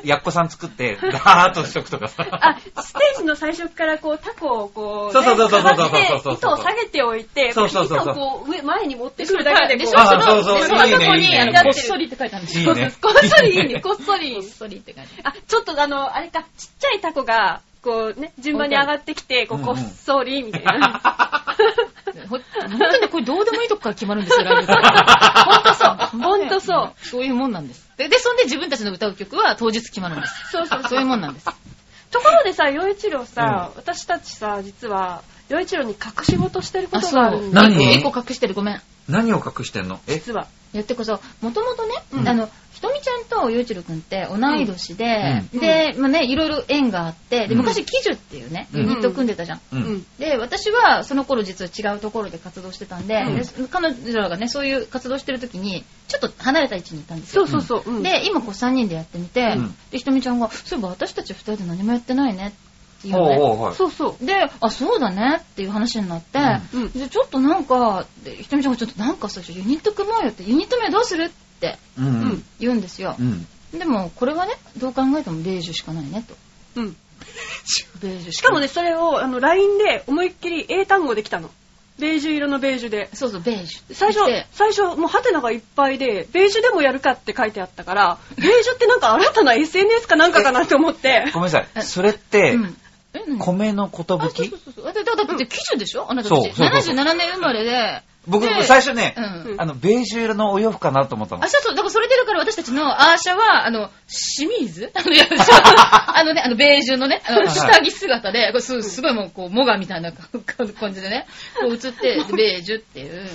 やっこさん作って、ダーッとしとくとかさ。あ、ステージの最初からこう、タコをこう、そうそうそうそうそうそうねかばって糸を下げておいて、そうそうそうそう糸をこう、上、前に持ってで、くそるれだだけけででこうしょ、あそそうの、そうでそのといいこに、ねあいいねの、こっそりって書いてあるんですいいよ。ね。こっそりいいね、こっそり。こっそりって書いてああ、る。ちょっとあの、あれか、ちっちゃいタコが、こうね、順番に上がってきて、こうう、んこっそり、みたいな。ほ本当にねこれどうでもいいとこから決まるんですよ、ライ ブ本当そう。ほんとそう。そういうもんなんです。で、で、そんで自分たちの歌う曲は当日決まるんです。そうそうそうそういうもんなんです。ところでさ、洋一郎さ、私たちさ、実は、洋一郎に隠し事してることがあるんだ何一個隠してる、ごめん。何を隠してんのえ実は。言ってこそ、もともとね、うんあの、ひとみちゃんとゆういちろくんって同い年で、うんで、まあね、いろいろ縁があって、うで、ん昔、喜寿っていうね、うんユニット組んでたじゃん。う。うんん。で、私はその頃実は違うところで活動してたんで、うんで彼女らがね、そういう活動してる時に、ちょっと離れた位置にいたんですそよ。うそうそう。うん、で、今こう3人でやってみて、うんで、ひとみちゃんが、そういえば私たち2人で何もやってないねっていうほうね。ほうほう。そうそう。で、あ、そうだねっていう話になって、うん。でちょっとなんかでひとみちゃんがちょっとなんか最初ユニット組もうよってユニット名どうするってうんううんん。言うんですよう、ん。でもこれはねどう考えてもベージュしかないねとうん。ベージュししかもねね、それを、あの、LINE で思いっきり英単語できたの。ベージュ色のベージュで。そうそうベージュ最初で、最初、もうハテナがいっぱいで、ベージュでもやるかって書いてあったから、ベージュってなんか新たな SNS かなんかかなって思って、ごめんなさい。それってう、んえ何米の寿あそうそうそうそうだだだって基準でしょあなたたちそうそうそうそう77年生まれで僕で、最初ねう、んんあの、ベージュ色のお洋服かなと思ったのあ、。そうそう、だからそれでだから私たちのアーシャは、あの、シミーズ あの、いや あのね、あの、ベージュのね、あのはい下着姿で、これすすごいもう、こう、モガみたいな感感じでね、こう 映って、でベージュっていう。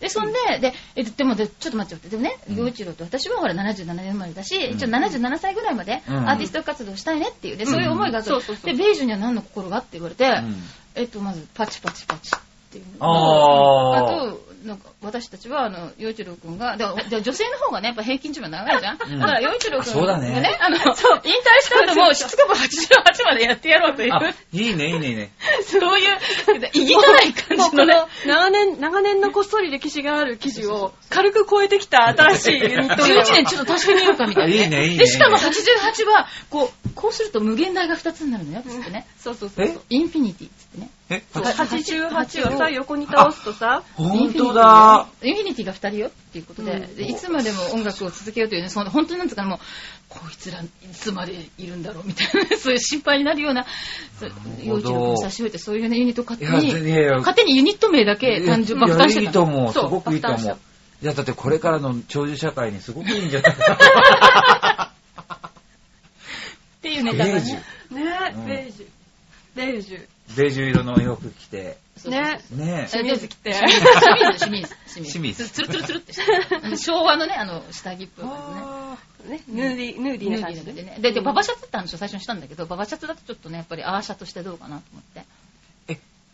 で、そんで、で、えでもで、ちょっと待ってよって、でもね、うん洋一郎と私はほら77年生まれだし、ん一応77歳ぐらいまでうんアーティスト活動したいねっていう、で、そういう思いがあって、うんそうそうそうで、ベージュには何の心がって言われて、うんえっと、まず、パチパチパチっていうのああーと、なんか、私たちは、あの、洋一郎くんが、でで女性の方がね、やっぱ平均寿命長いじゃん。うんだから、洋一郎くんそうがだね、ねあの、引退した後も、しつこく88までやってやろうという、あ、いいね、いいね、いいね。そういう、意義がない感もうこじのねの、長年、長年のこっそり歴史がある記事を軽く超えてきた新しい ユニット11年ちょっと足してみようかみたいな、いいねいいねで、しかも88は、こう、こうすると無限大が2つになるのよ、つってね。 そうそうそうえそう。インフィニティ、つってね。えそうは88はさ、横に倒すとさ、本当だインフィニティが2人よっていうことで,、うんでいつまでも音楽を続けようというねその本当になんつうかなもうこいつらいつまでいるんだろうみたいな そういう心配になるようなそう陽一郎君を差し置いてそういうねユニットを勝手いにやいやいや勝手にユニット名だけ誕生爆誕しいやてたいいと思う。すそうごくいいと爆誕し思う。たいや、だってこれからの長寿社会にすごくいいんじゃないって いうネベタがねージュ。ねうんベージュ。ベージュ。ベージュ色のお洋服着て。そうそうそうねねえ清水着て。清水清水清水つるつるつるってして昭和のねあの下着っぽい感じねね、ヌーディ、ヌーディーな感じででねね。ででババシャツって話を最初にしたんだけどババシャツだとちょっとねやっぱりアーシャとしてどうかなと思って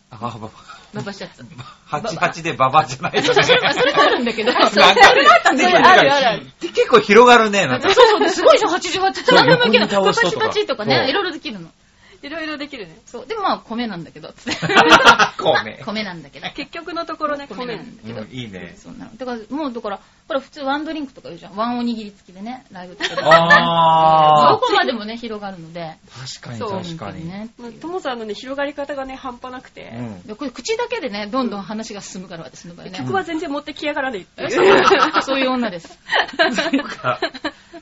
あ、ばば、ババシ ャツ88でババじゃないそう、それが、それがあるんだけど。そう、それなんかがあったんだけど。あるあるある。結構広がるね、なんそかう。そうね、すごいじゃん、88って。何でもいけるそうの。横パに倒すチとパかチとそかうね、いろいろできるの。いろいろできるね。そう。でもまあ、米なんだ けど、つって。米米なんだけど。結局のところね、米米ななんんだうけど。ん、いいね。そうなの。だから、もうだから、ほら、普通ワンドリンクとか言うじゃん。ワンおにぎり付きでね、ライブとかで。どあこまでもね、広がるので。ー。確そうかに確かに。ね。まあともさんのね、広がり方がね、半端なくて、うんでこれ口だけでね、どんどん話が進むから、私の場合ねこ。こは全然持ってきやがらないっていえう。そうそういう女です。か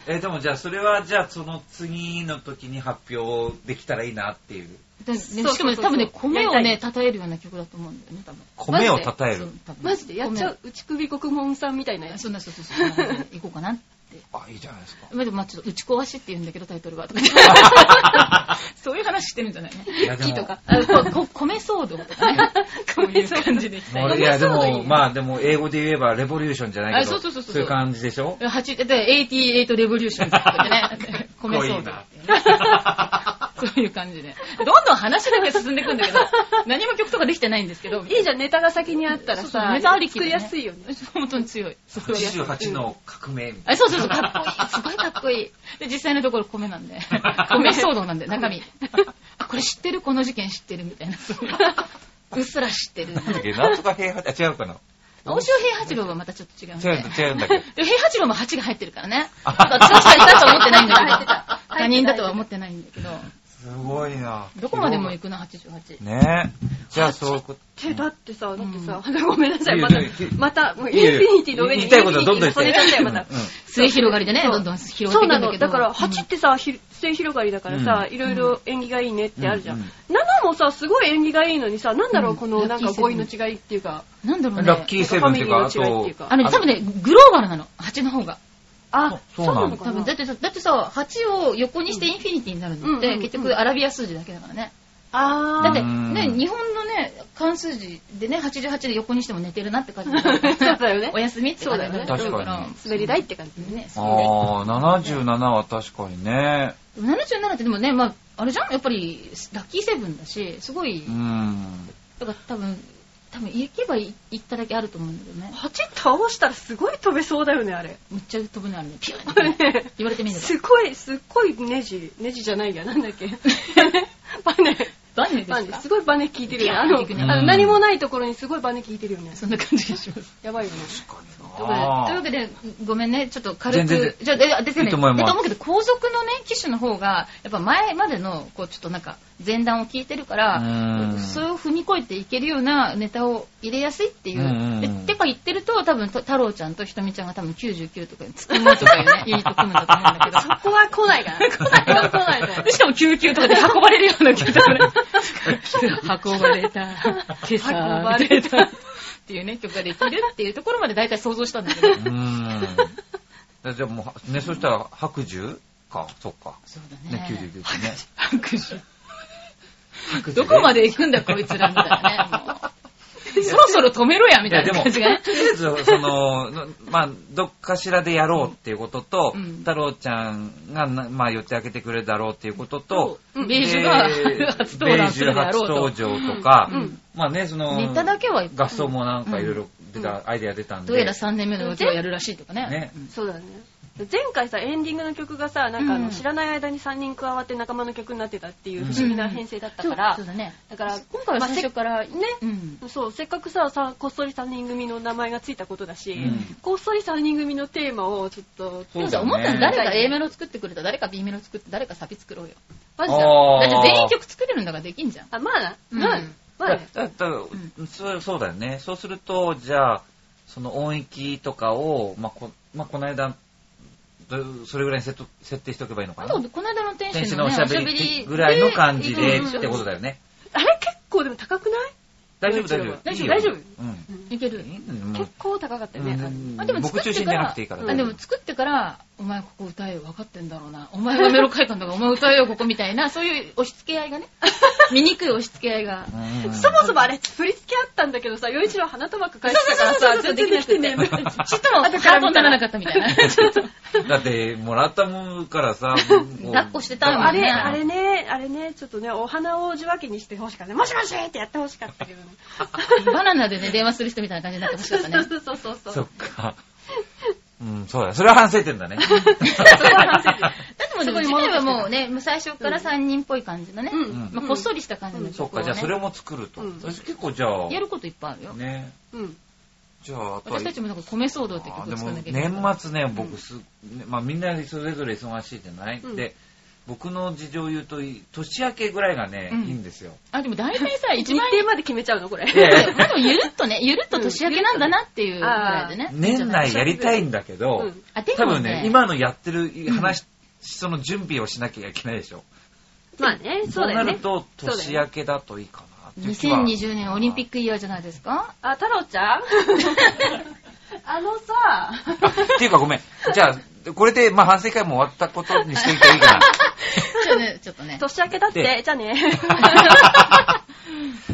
えでもじゃあそれはじゃあその次の時に発表できたらいいなっていうででうそうそうしかもね、多分ね、米をね、称えるような曲だと思うんだよね、多分。米をた称えるマジでやっちゃう、内首国門さんみたいなやつ。そんなそうそうそう行こうかなってあいいじゃないですかまあでもまあちょっと打ち壊しって言うんだけどタイ トルはとかそういう話してるんじゃないいやねでも木とかあここ米騒動とかねこういう感じでいきたもういいやで米騒動もいいまあでも英語で言えばレボリューションじゃないけどあそうそうそうそういう感じでしょ八で88レボリューションとか ね米騒動っていうねそういう感じでどんどん話だけ進んでいくんだけど何も曲とかできてないんですけどいいじゃん、ネタが先にあったらそうそうさ、ネタありき作でりねやすいよね。本当に強いすごい88の革命みたいあそうそうそう、かっこいい。すごいかっこいい。で、実際のところ米なん で。米騒動なんで、中身。あ、これ知ってるこの事件知ってるみたいな。そう うっすら知ってる。ななんだっけなんとか平八あ違うかな大塩平八郎はまたちょっと違うんで。違うんだ違うんだっけどで平八郎も八が入ってるからね。だから確かにだとは思ってないんだけど。他人だとは思ってないんだけど。すごいなどこまでも行くの、88。ねえじゃあそういうこと手だってさ、だってさ、ごめんなさいい、いよまたいいよいいよ、また、もうインいいよフィニティの上にイ言ンいフたィいことはニテどんどんィの言って骨だったよ、まうんた。末広がりでね、どんどん広がっそうていくなんだの。けど。だから、うん8ってさ、ひ末広がりだからさ、いろいろ縁起がいいねってあるじゃうんん。 7もさ、すごい縁起がいいのにさ、なんだろうう、んこの、なんラッかキー語彙の違いっていうか、なんだろうね。ラッキーセブンっていうかあファミリーの違いっていうとかあのね、多分ね、グローバルなの、8の方が。あ、そうそなうなののかか多分なだ。ってさ、だってさ、8を横にしてインフィニティになるのって、うんうんうん結局アラビア数字だけだからね。あーだって、うんね、日本のね、関数字でね、88で横にしても寝てるなって感じ そうだよねお休みって感じだそうよだね。ね確かに滑り台って感じね。ね、そうねああ、77は確かにね。でも77ってでもね、まあ、あれじゃんやっぱり、ラッキーセブンだし、すごい、うん。だから多分、多分行けばい行っただけあると思うんだけどね。 8倒したらすごい飛べそうだよね、あれ。むっちゃ飛ぶのあるね。ピューこれってね、言われてみれば。すごい、すっごいネジ、ネジじゃないや、なんだっ け。バネ、バネですバかネ、すごいバネ効いてるよね。あの、ピャーっていくねあの何もないところにすごいバネ効いてるよね。そんな感じがします。やばいよね。というわけで、ごめんね、ちょっと軽全然く、じゃあ、えですよね。いいと思いますえ思うけど、後続のね、機種の方が、やっぱ前までの、こう、ちょっとなんか、前段を聞いてるから、うんそれを踏み越えていけるようなネタを入れやすいっていう。うんうんうんでてか言ってると、多分、と太郎ちゃんとひとみちゃんが多分99とかに突っ込むとかいうね、いいとこなんだと思うん だけど。ここは来ないから。ここは来ないね。しかも救急とかで運ばれるような救急 運ば れた、今朝運ば れたっていうね、曲ができるっていうところまで大体想像したんだけど。うん。じゃあもう、ね、そしたら白寿か、そっか。そうだね、ね。 99ってね。拍手。どこまで行くんだこいつらみたいなね。もうそろそろ止めろやみたいいやでもな感じがね。とりあえず、その、のまあ、どっかしらでやろうっていうことと、うん太郎ちゃんがな、まあ、寄ってあげてくれるだろうっていうことと、うんベージュがで初登壇するであろうベとージュ初登場とか、うんまあね、その、ネタだけは合奏もなんかいろいろ出た、アイデア出たんで。どうやら3年目の歌をやるらしいとかね。ねうんそうだね。前回さ、エンディングの曲がさ、なんかあうの、ん知らない間に3人加わって仲間の曲になってたっていう不思議な編成だったから、そうだね。だから、今回は最初から、ね、うん。そう、せっかくさ、さこっそり3人組の名前がついたことだし、うんこっそり3人組のテーマをちょっと、そうでもださ、ね思ったの誰か A メロ作ってくれた、誰か B メロ作って、誰かサビ作ろうよ。マジだ。あーだって全員曲作れるんだからできんじゃん。あ、まあな、うんまあね、ま あね、だだんそうそうだよね。そうすると、じゃあ、その音域とかを、まあ、こ,、まあ、この間、どそれぐらいにセット設定しておけばいいのかあなと、。この間の天天使使ののおね、しゃべりぐらいの感じでってことだよね。あれ結構でも高くない大丈夫、大丈夫。大い丈夫いよ大丈夫うん。いける。うん結構高かったよね。あれあでも作僕っ中心てかじゃならくていいから。あでも作ってから、お前ここ歌えよ、分かってんだろうな。お前がメロ書いたんだから、お前歌えよ、ここみたいな、そういう押し付け合いが ね。醜い押し付け合い が。うんそもそもあれ、振り付けあったんだけどさ、洋一郎花束抱えてたからさ、全然できてねえ。ちっともハートにならなかったみたいな。 だって、もらったもんからさ、もう抱っこしてたもんねあれ、あれね、あれね、ちょっとね、お花を受話器にしてほしかった。もしもしってやってほしかったけどね。バナナでね、電話する人みたいな感じになってほしかったね。そうそうそうそう。そっか。うん、そうだ。それは反省点だね。だってもうでも次回はもうね、もう最初から3人っぽい感じのね、うんまあ、こっそりした感じのそっか、曲をね、じゃあそれも作ると。うんそれ結構じゃあ、やることいっぱいあるよ。ね。うん。じゃあ、あとは私たちもなんか米騒動って曲を作んなきゃいけなでい。も年末ね、僕す、ねまあみんなそれぞれ忙しいじゃない、うんで、僕の事情を言うと、い年明けぐらいがね、うんいいんです よ。あ、でも大体さ、日一番程まで決めちゃうのこれ。いやいやまあでもゆるっ とね、ゆるっと年明けなんだなっていうぐらいでね。年内やりたいんだけど、うんあでもね多分ね、今のやってる話、その準備をしなきゃいけないでしょ。まあね、そうだよなねる。と、そうだよ年明けだといいかなっていう気は。 2020年オリンピックイヤーじゃないですかあ、太郎ちゃんあのさ、あっていうかごめん。じゃあ、これで、まあ反省会も終わったことにしていていいか じゃあね、ちょっとね。年明けだってで、じゃあね。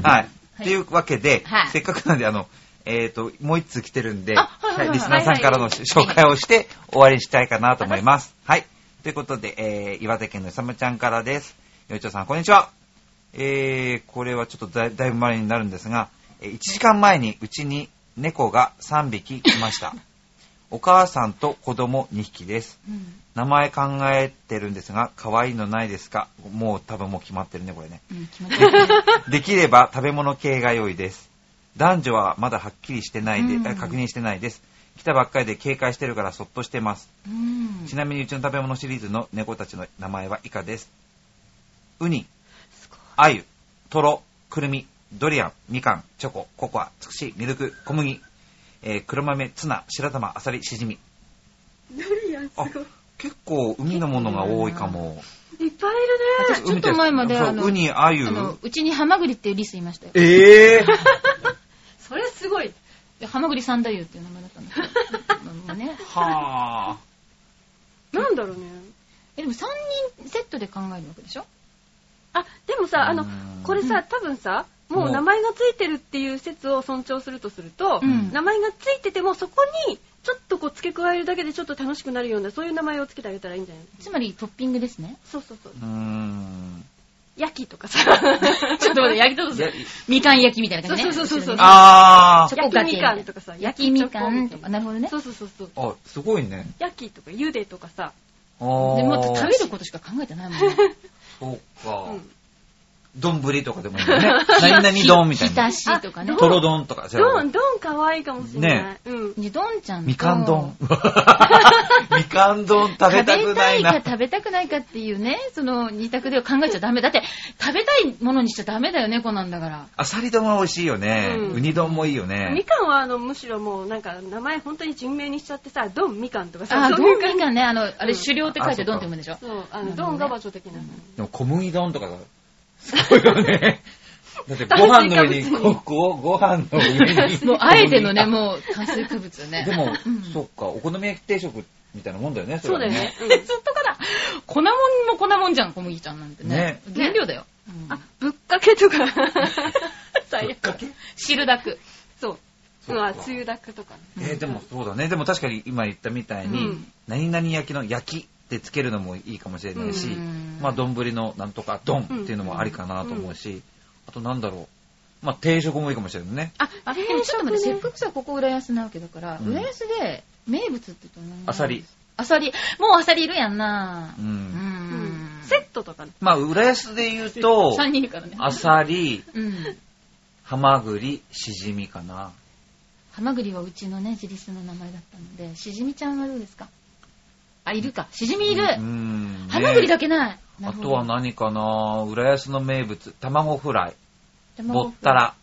な。はい。っていうわけで、はいせっかくなんで、あの、えっ、と、もう一通来てるんで、あはいはいはいリスナーさんからの紹介をして終わりにしたいかなと思います。はい。ということで、えー、岩手県のさむちゃんからです。よいちょさん、こんにちは。えー、これはちょっとだいだいぶ前になるんですが、1時間前にうちに猫が3匹来ました。 お母さんと子供2匹です。うん名前考えてるんですが、可愛いのないですかもう多分もう決まってるね、これね。うん、気持ち悪いね。できれば食べ物系が良いです。男女はまだはっきりしてないで、うんあ確認してないです。来たばっかりで警戒してるからそっとしてます。うんちなみにうちの食べ物シリーズの猫たちの名前は以下です。ウニ、アユ、トロ、クルミ、ドリアン、みかん、チョコ、ココア、つくし、ミルク、小麦、えー黒豆、ツナ、白玉、アサリ、シジミ。あ結構海のものが多いかも。いっぱいいるね。私ちょっと前までそうあのウニ、アユあ。の、うちにハマグリっていうリスいましたよ。ええそれすごい。でハマグリ三太夫っていう名前だったんだけど まあね。はあ。なんだろうね。え、でも3人セットで考えるわけでしょあ、でもさ、あのうん、これさ、多分さ、ももうう名前がついてるっていう説を尊重するとすると、うん名前がついててもそこにちょっとこう付け加えるだけでちょっと楽しくなるようなそういう名前をつけてあげたらいいんじゃないつまりトッピングで すね。そうそうそううーん。ヤキとかさちょっと待って、焼きといやすみかん焼きみたいなそ感うじそね。うそうそうそう後ろにねあチーョコか焼きけみかんとかさ焼きみかんとか。なるほど ね。そうそうそうそうあ、すごいね。ヤキとかゆでとかさ、あでもー食べることしか考えてないもんね。 そううか。ん、丼とかでもいいよね。何々丼みたいひなた。しとかねあ。とろ丼とか。じゃドあンドンかわいいかもしれない、うんで、どんちゃんと。みかん丼。みかん丼食べたくないな食べたい。か食べたくないかっていうね、その二択では考えちゃダメ。だって、食べたいものにしちゃダメだよね、こなんだから。あさり丼は美味しいよね。うんうに丼もいいよみね。かんはあのむしろもうなんか名前本当に人名にしちゃってさドンみかんとかさあ、どそんういうみ感じかんね、あの、あれ、うん狩猟って書いてあどんって読むんでしょ。そうあのドンガバチョ的な、でも小麦丼とかがすごいよ ね。だってご飯の上に、こうこうご飯の上に。 もう、あえ てのね、もう、炭水化物よね。でもうん、そっか、お好み焼き定食みたいなもんだよね、そうれだはよね、うんずっとから、粉もんも粉もんじゃん、小麦ちゃんなんてねね。原料だよ。あぶっかけとか 最悪汁だく。そうそっうかわつゆだくとかえーでもそうだね。でも確かに今言ったみたいに、うん何々焼きの焼きってつけるのもいいかもしれないし、うんまあ丼のなんとか丼っていうのもありかなと思うし、あとなんだろう。まあ定食もいいかもしれないね。あ、あでもちょっと待定って、せ食ねっかくさ、ここ浦安なわけだから、うん浦安で名物ってどんなのアサリ。アサリ。もうアサリいるやんなう。うんうんん。セットとかねまあ浦安で言うと、 3人いるからね。アサリ、うん。ハマグリ、シジミかな。ハマグリはうちのね、自立の名前だったので、しじみちゃんはどうですかあ、いるか。しじみいる。うん。ハマグリだけけない。なあるほとどは何かな浦安の名物、卵フライ。ぼ卵ったら。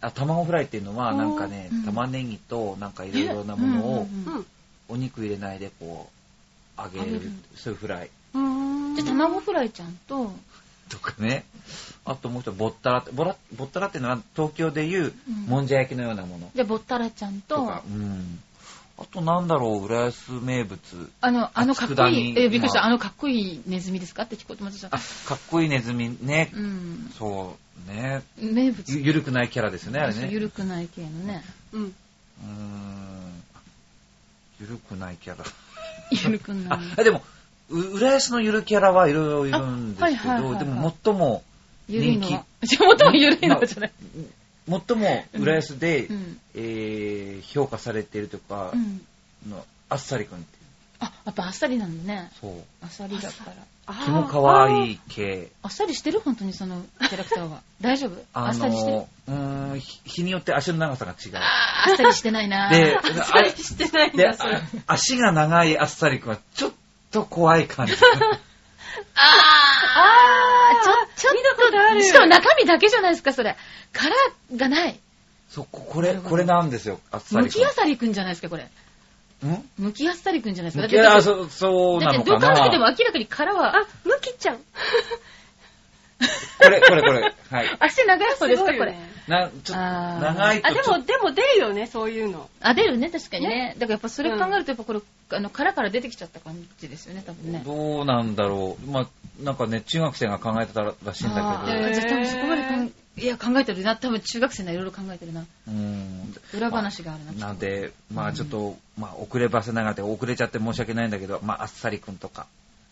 あ、卵フライっていうのは、なんかねおーうん、玉ねぎと、なんかいろいろなものうをん、うんうんうんお肉入れないで、こう、揚げ揚げるる、そういうフライうんじゃあ卵フライちゃんと、とかね。あともう一つ、ぼったらって、ぼらぼったらっていうのは、東京でいううん、もんじゃ焼きのようなものじゃあぼったらちゃんととか、、うん。あと、なんだろう、浦安名物。あの、あのかっこいい佃、煮え、びっくりした、まああのかっこいいネズミですかって聞こえてました。あ、かっこいいネズミねう。ん。そう、ね。名物。ゆゆるくないキャラですよね、あれそうね。ゆるくない系のね。うんうーん。ゆるくないキャラ。ゆるくない。あ、でも、う浦安のゆるキャラはいろいろいるんですけあはいはいはいど、はいでも最も、ゆるいのは人。じゃあ、元もゆるいのはじゃない。最も浦安で、うん。えー評価されているとかう、ん。のあっさりくんっていあ、やっぱあっさりなんだねう。。そう。あっさりだから。気もかわいいい系。あっさりしてる本当にそのキャラクターは。 大丈夫ああっさりしてるの、うーん、日日によって足の長さが違う。あ ーあっさりしてないな。で、あっさりしてないんあでだあそれ足が長いあっさりくんはちょっと怖い 感じ。ああちょ、ちょっと、見たことあるしかも中身だけじゃないですか、それ。殻がない。そう、ここれ、これなんですよ、あっさむりくきんあ。さりくんじゃないですか、これ。んむきあっさりくんじゃないですか。いや、だってそう、そうだっなてのどかう考えてもな。明らかに殻は、あむき ちゃんこれ、これ、これ。はい。足長い方ですすごか、いよこれね。な、ちょっと、あー長いとあちでょっともでも出るよねそういうのあ、出るね、確かにね。だからやっぱそれ考えると、やっぱこれ、あの、殻から出てきちゃった感じですよね、多分ね。どうなんだろう。まあ、なんかね、中学生が考えてたらしいんだあけーど。じゃあ多分そこまでかん、いや、考えてるな。多分中学生ならいろいろ考えてるな。うん。裏話があるな。なんで、まあちょっと、まあ遅ればせながらで遅れちゃって申し訳ないんだけど、まああっさりくんとか。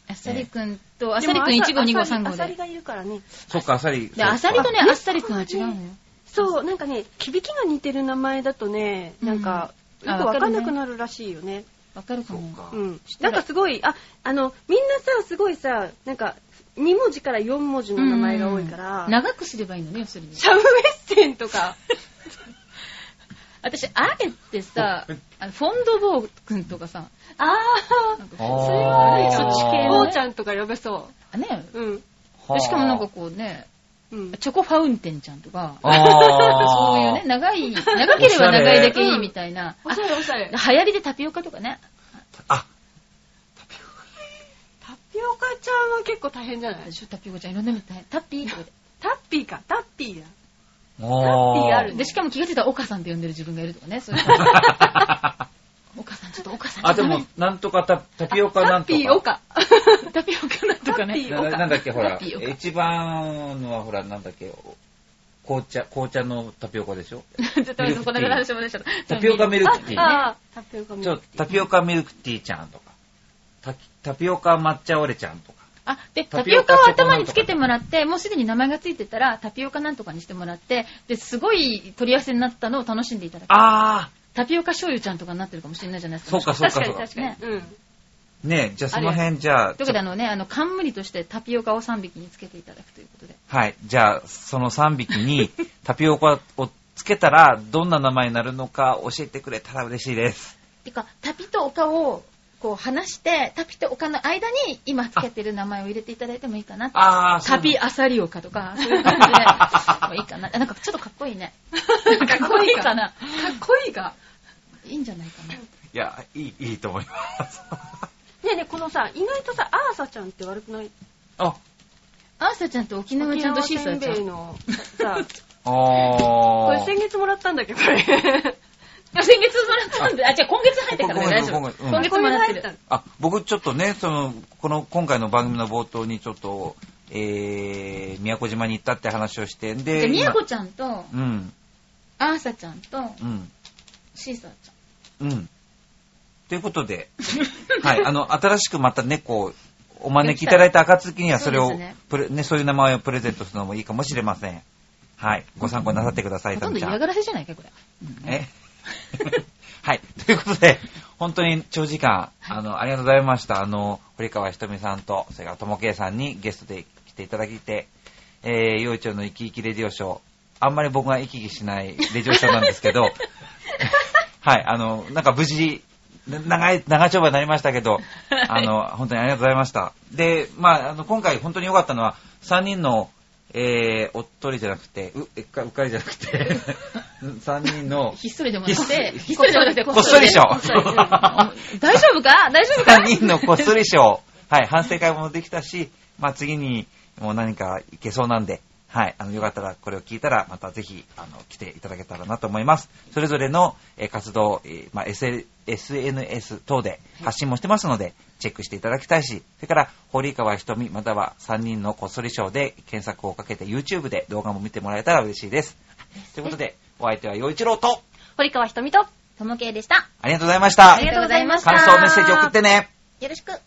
あっさりくんと、あっさりくん1号、2号、3あ号さりで。がいるからねそっか、あっさり。で、あっさりとね、ああっさりくんは違うのよ。そうなんかね響きが似てる名前だとねなんか、うんよくわかんなくなるらしいよね。わかるかそっも。か。うそっかん。なんかすごい、あ、あの、みんなさ、すごいさ、なんか、2文字から4文字の名前が多いから、うん長くすればいいのね、要するに。シャムエッセンとか、私、あえてさ、あのフォンドボーくんとかさ、あなんあかこーそっちー、系のゴね、ーちゃんとか呼べそうね、う。うん。はあしかもなんか、こうね、うん。チョコファウンテンちゃんとか、あ そうあ。いうね、長い、長ければ長いだけいいみたいな。おしゃれおしゃれ。あ流行りでタピオカとかね。あ、タピオカちゃんは結構大変じゃない私タピオカちゃんいろんなみたい。タッピーとかで。タッピーか、タッピーだ。もうピーあるで、しかも気がついたら岡さんって呼んでる自分がいるとかね、そういう。 岡さん、ちょっと岡さん。あ、でも、なんとかタタピオカなんとタッピーオか。カ。タピオカなんとかタピね。オカななんだっけ、ほら、タピオカ一番のはほら、なんだっけ、紅茶、紅茶のタピオカでしょ絶対そこら辺の話も出ちゃった。タピオカミルクティー。ああ、タピオカミちょルっクとタピオカミルクティーちゃんとか、タタピオカ抹茶オレちゃんとか。あ、で、タタピピオオカカを頭につけてもらって、もうすでに名前がついてたら、タピオカなんとかにしてもらって、で、すごい取り合わせになったのを楽しんでいただく。あタピオカ醤油ちゃんとかになってるかもしれないじゃないですそか。うかそう確かかそうにか確。かに。うん。ねえ、じゃあその辺、じゃあという、ことで、あのね、あの、冠としてタピオカを3匹につけていただくということで。はい、じゃあその3匹 にタピオカをつけたら、どんな名前になるのか教えてくれたら嬉しいです。てか、タピとオカを、こう、離して、タピとオカの間に、今つけてる名前を入れていただいてもいいかなって。ああ、そうタなんピアサリオカと か、そういう感じで、もういいかな。なんかちょっとかっこいいね。 かっこいい かな。かっこいいが。いいんじゃないかな。いや、いい、いいと思います。ねえねえ、このさ、意外とさ、アーサちゃんって悪くないあ、アーサちゃんと沖縄ちゃんとシーサーちゃ沖ん。縄せんべいの、さ、 こあれー。先月もらったんだっけど、これ。あ先月もらったんで、あ、じゃあ今月入ってからね、今大月丈夫。今月うん今月もらってこれ入る。のあ、僕ちょっとね、その、この、今回の番組の冒頭にちょっと、えー、宮古島に行ったって話をして、じゃで、あ、みやこ今ちゃんと、うん、アーサちゃんと、うん、シーサーちうん。ということ で、はい、あの、新しくまた猫をお招きいただいた暁にはそれをそうですねプレね、そういう名前をプレゼントするのもいいかもしれません。はい、ご参考になさってくださゃい、ん。ほさとんみどちゃん。嫌がらせじゃないか、これ。え はい。ということで、本当に長時間、あの、ありがとうございました。あの、堀川ひとみさんと、それからともけいさんにゲストで来ていただきて、えー、よいちょの生き生きレディオショー、あんまり僕が生き生きしないレディオショーなんですけど、 はい、あの、なんか無事、な長い、長丁場になりましたけど、あの、本当にありがとうございました。で、まあ、あの、今回本当に良かったのは、3人の、えー、おっとりじゃなくて、う、えっか、うっかりじゃなくて、3人の、ひっそりでもなひっくそりて、ひっそりでもなくて、こっそり賞。こっそりうん大丈夫か大丈 夫か3人のこっそり賞。はい、反省会もできたし、まあ次にもう何かいけそうなんで、はい、あの、よかったらこれを聞いたら、またぜひ、あの、来ていただけたらなと思います。それぞれのえー活動、えーまあ、SL SNS 等で発信もしてますので、チェックしていただきたいし、それから、堀川ひとみまたは3人のこっそり賞で検索をかけて YouTube で動画も見てもらえたら嬉しいです。ということで、お相手は陽一郎と、堀川ひとみと、ともけいでした。ありがとうございましたあり。がとうございました。感想メッセージ送ってね。よろしく。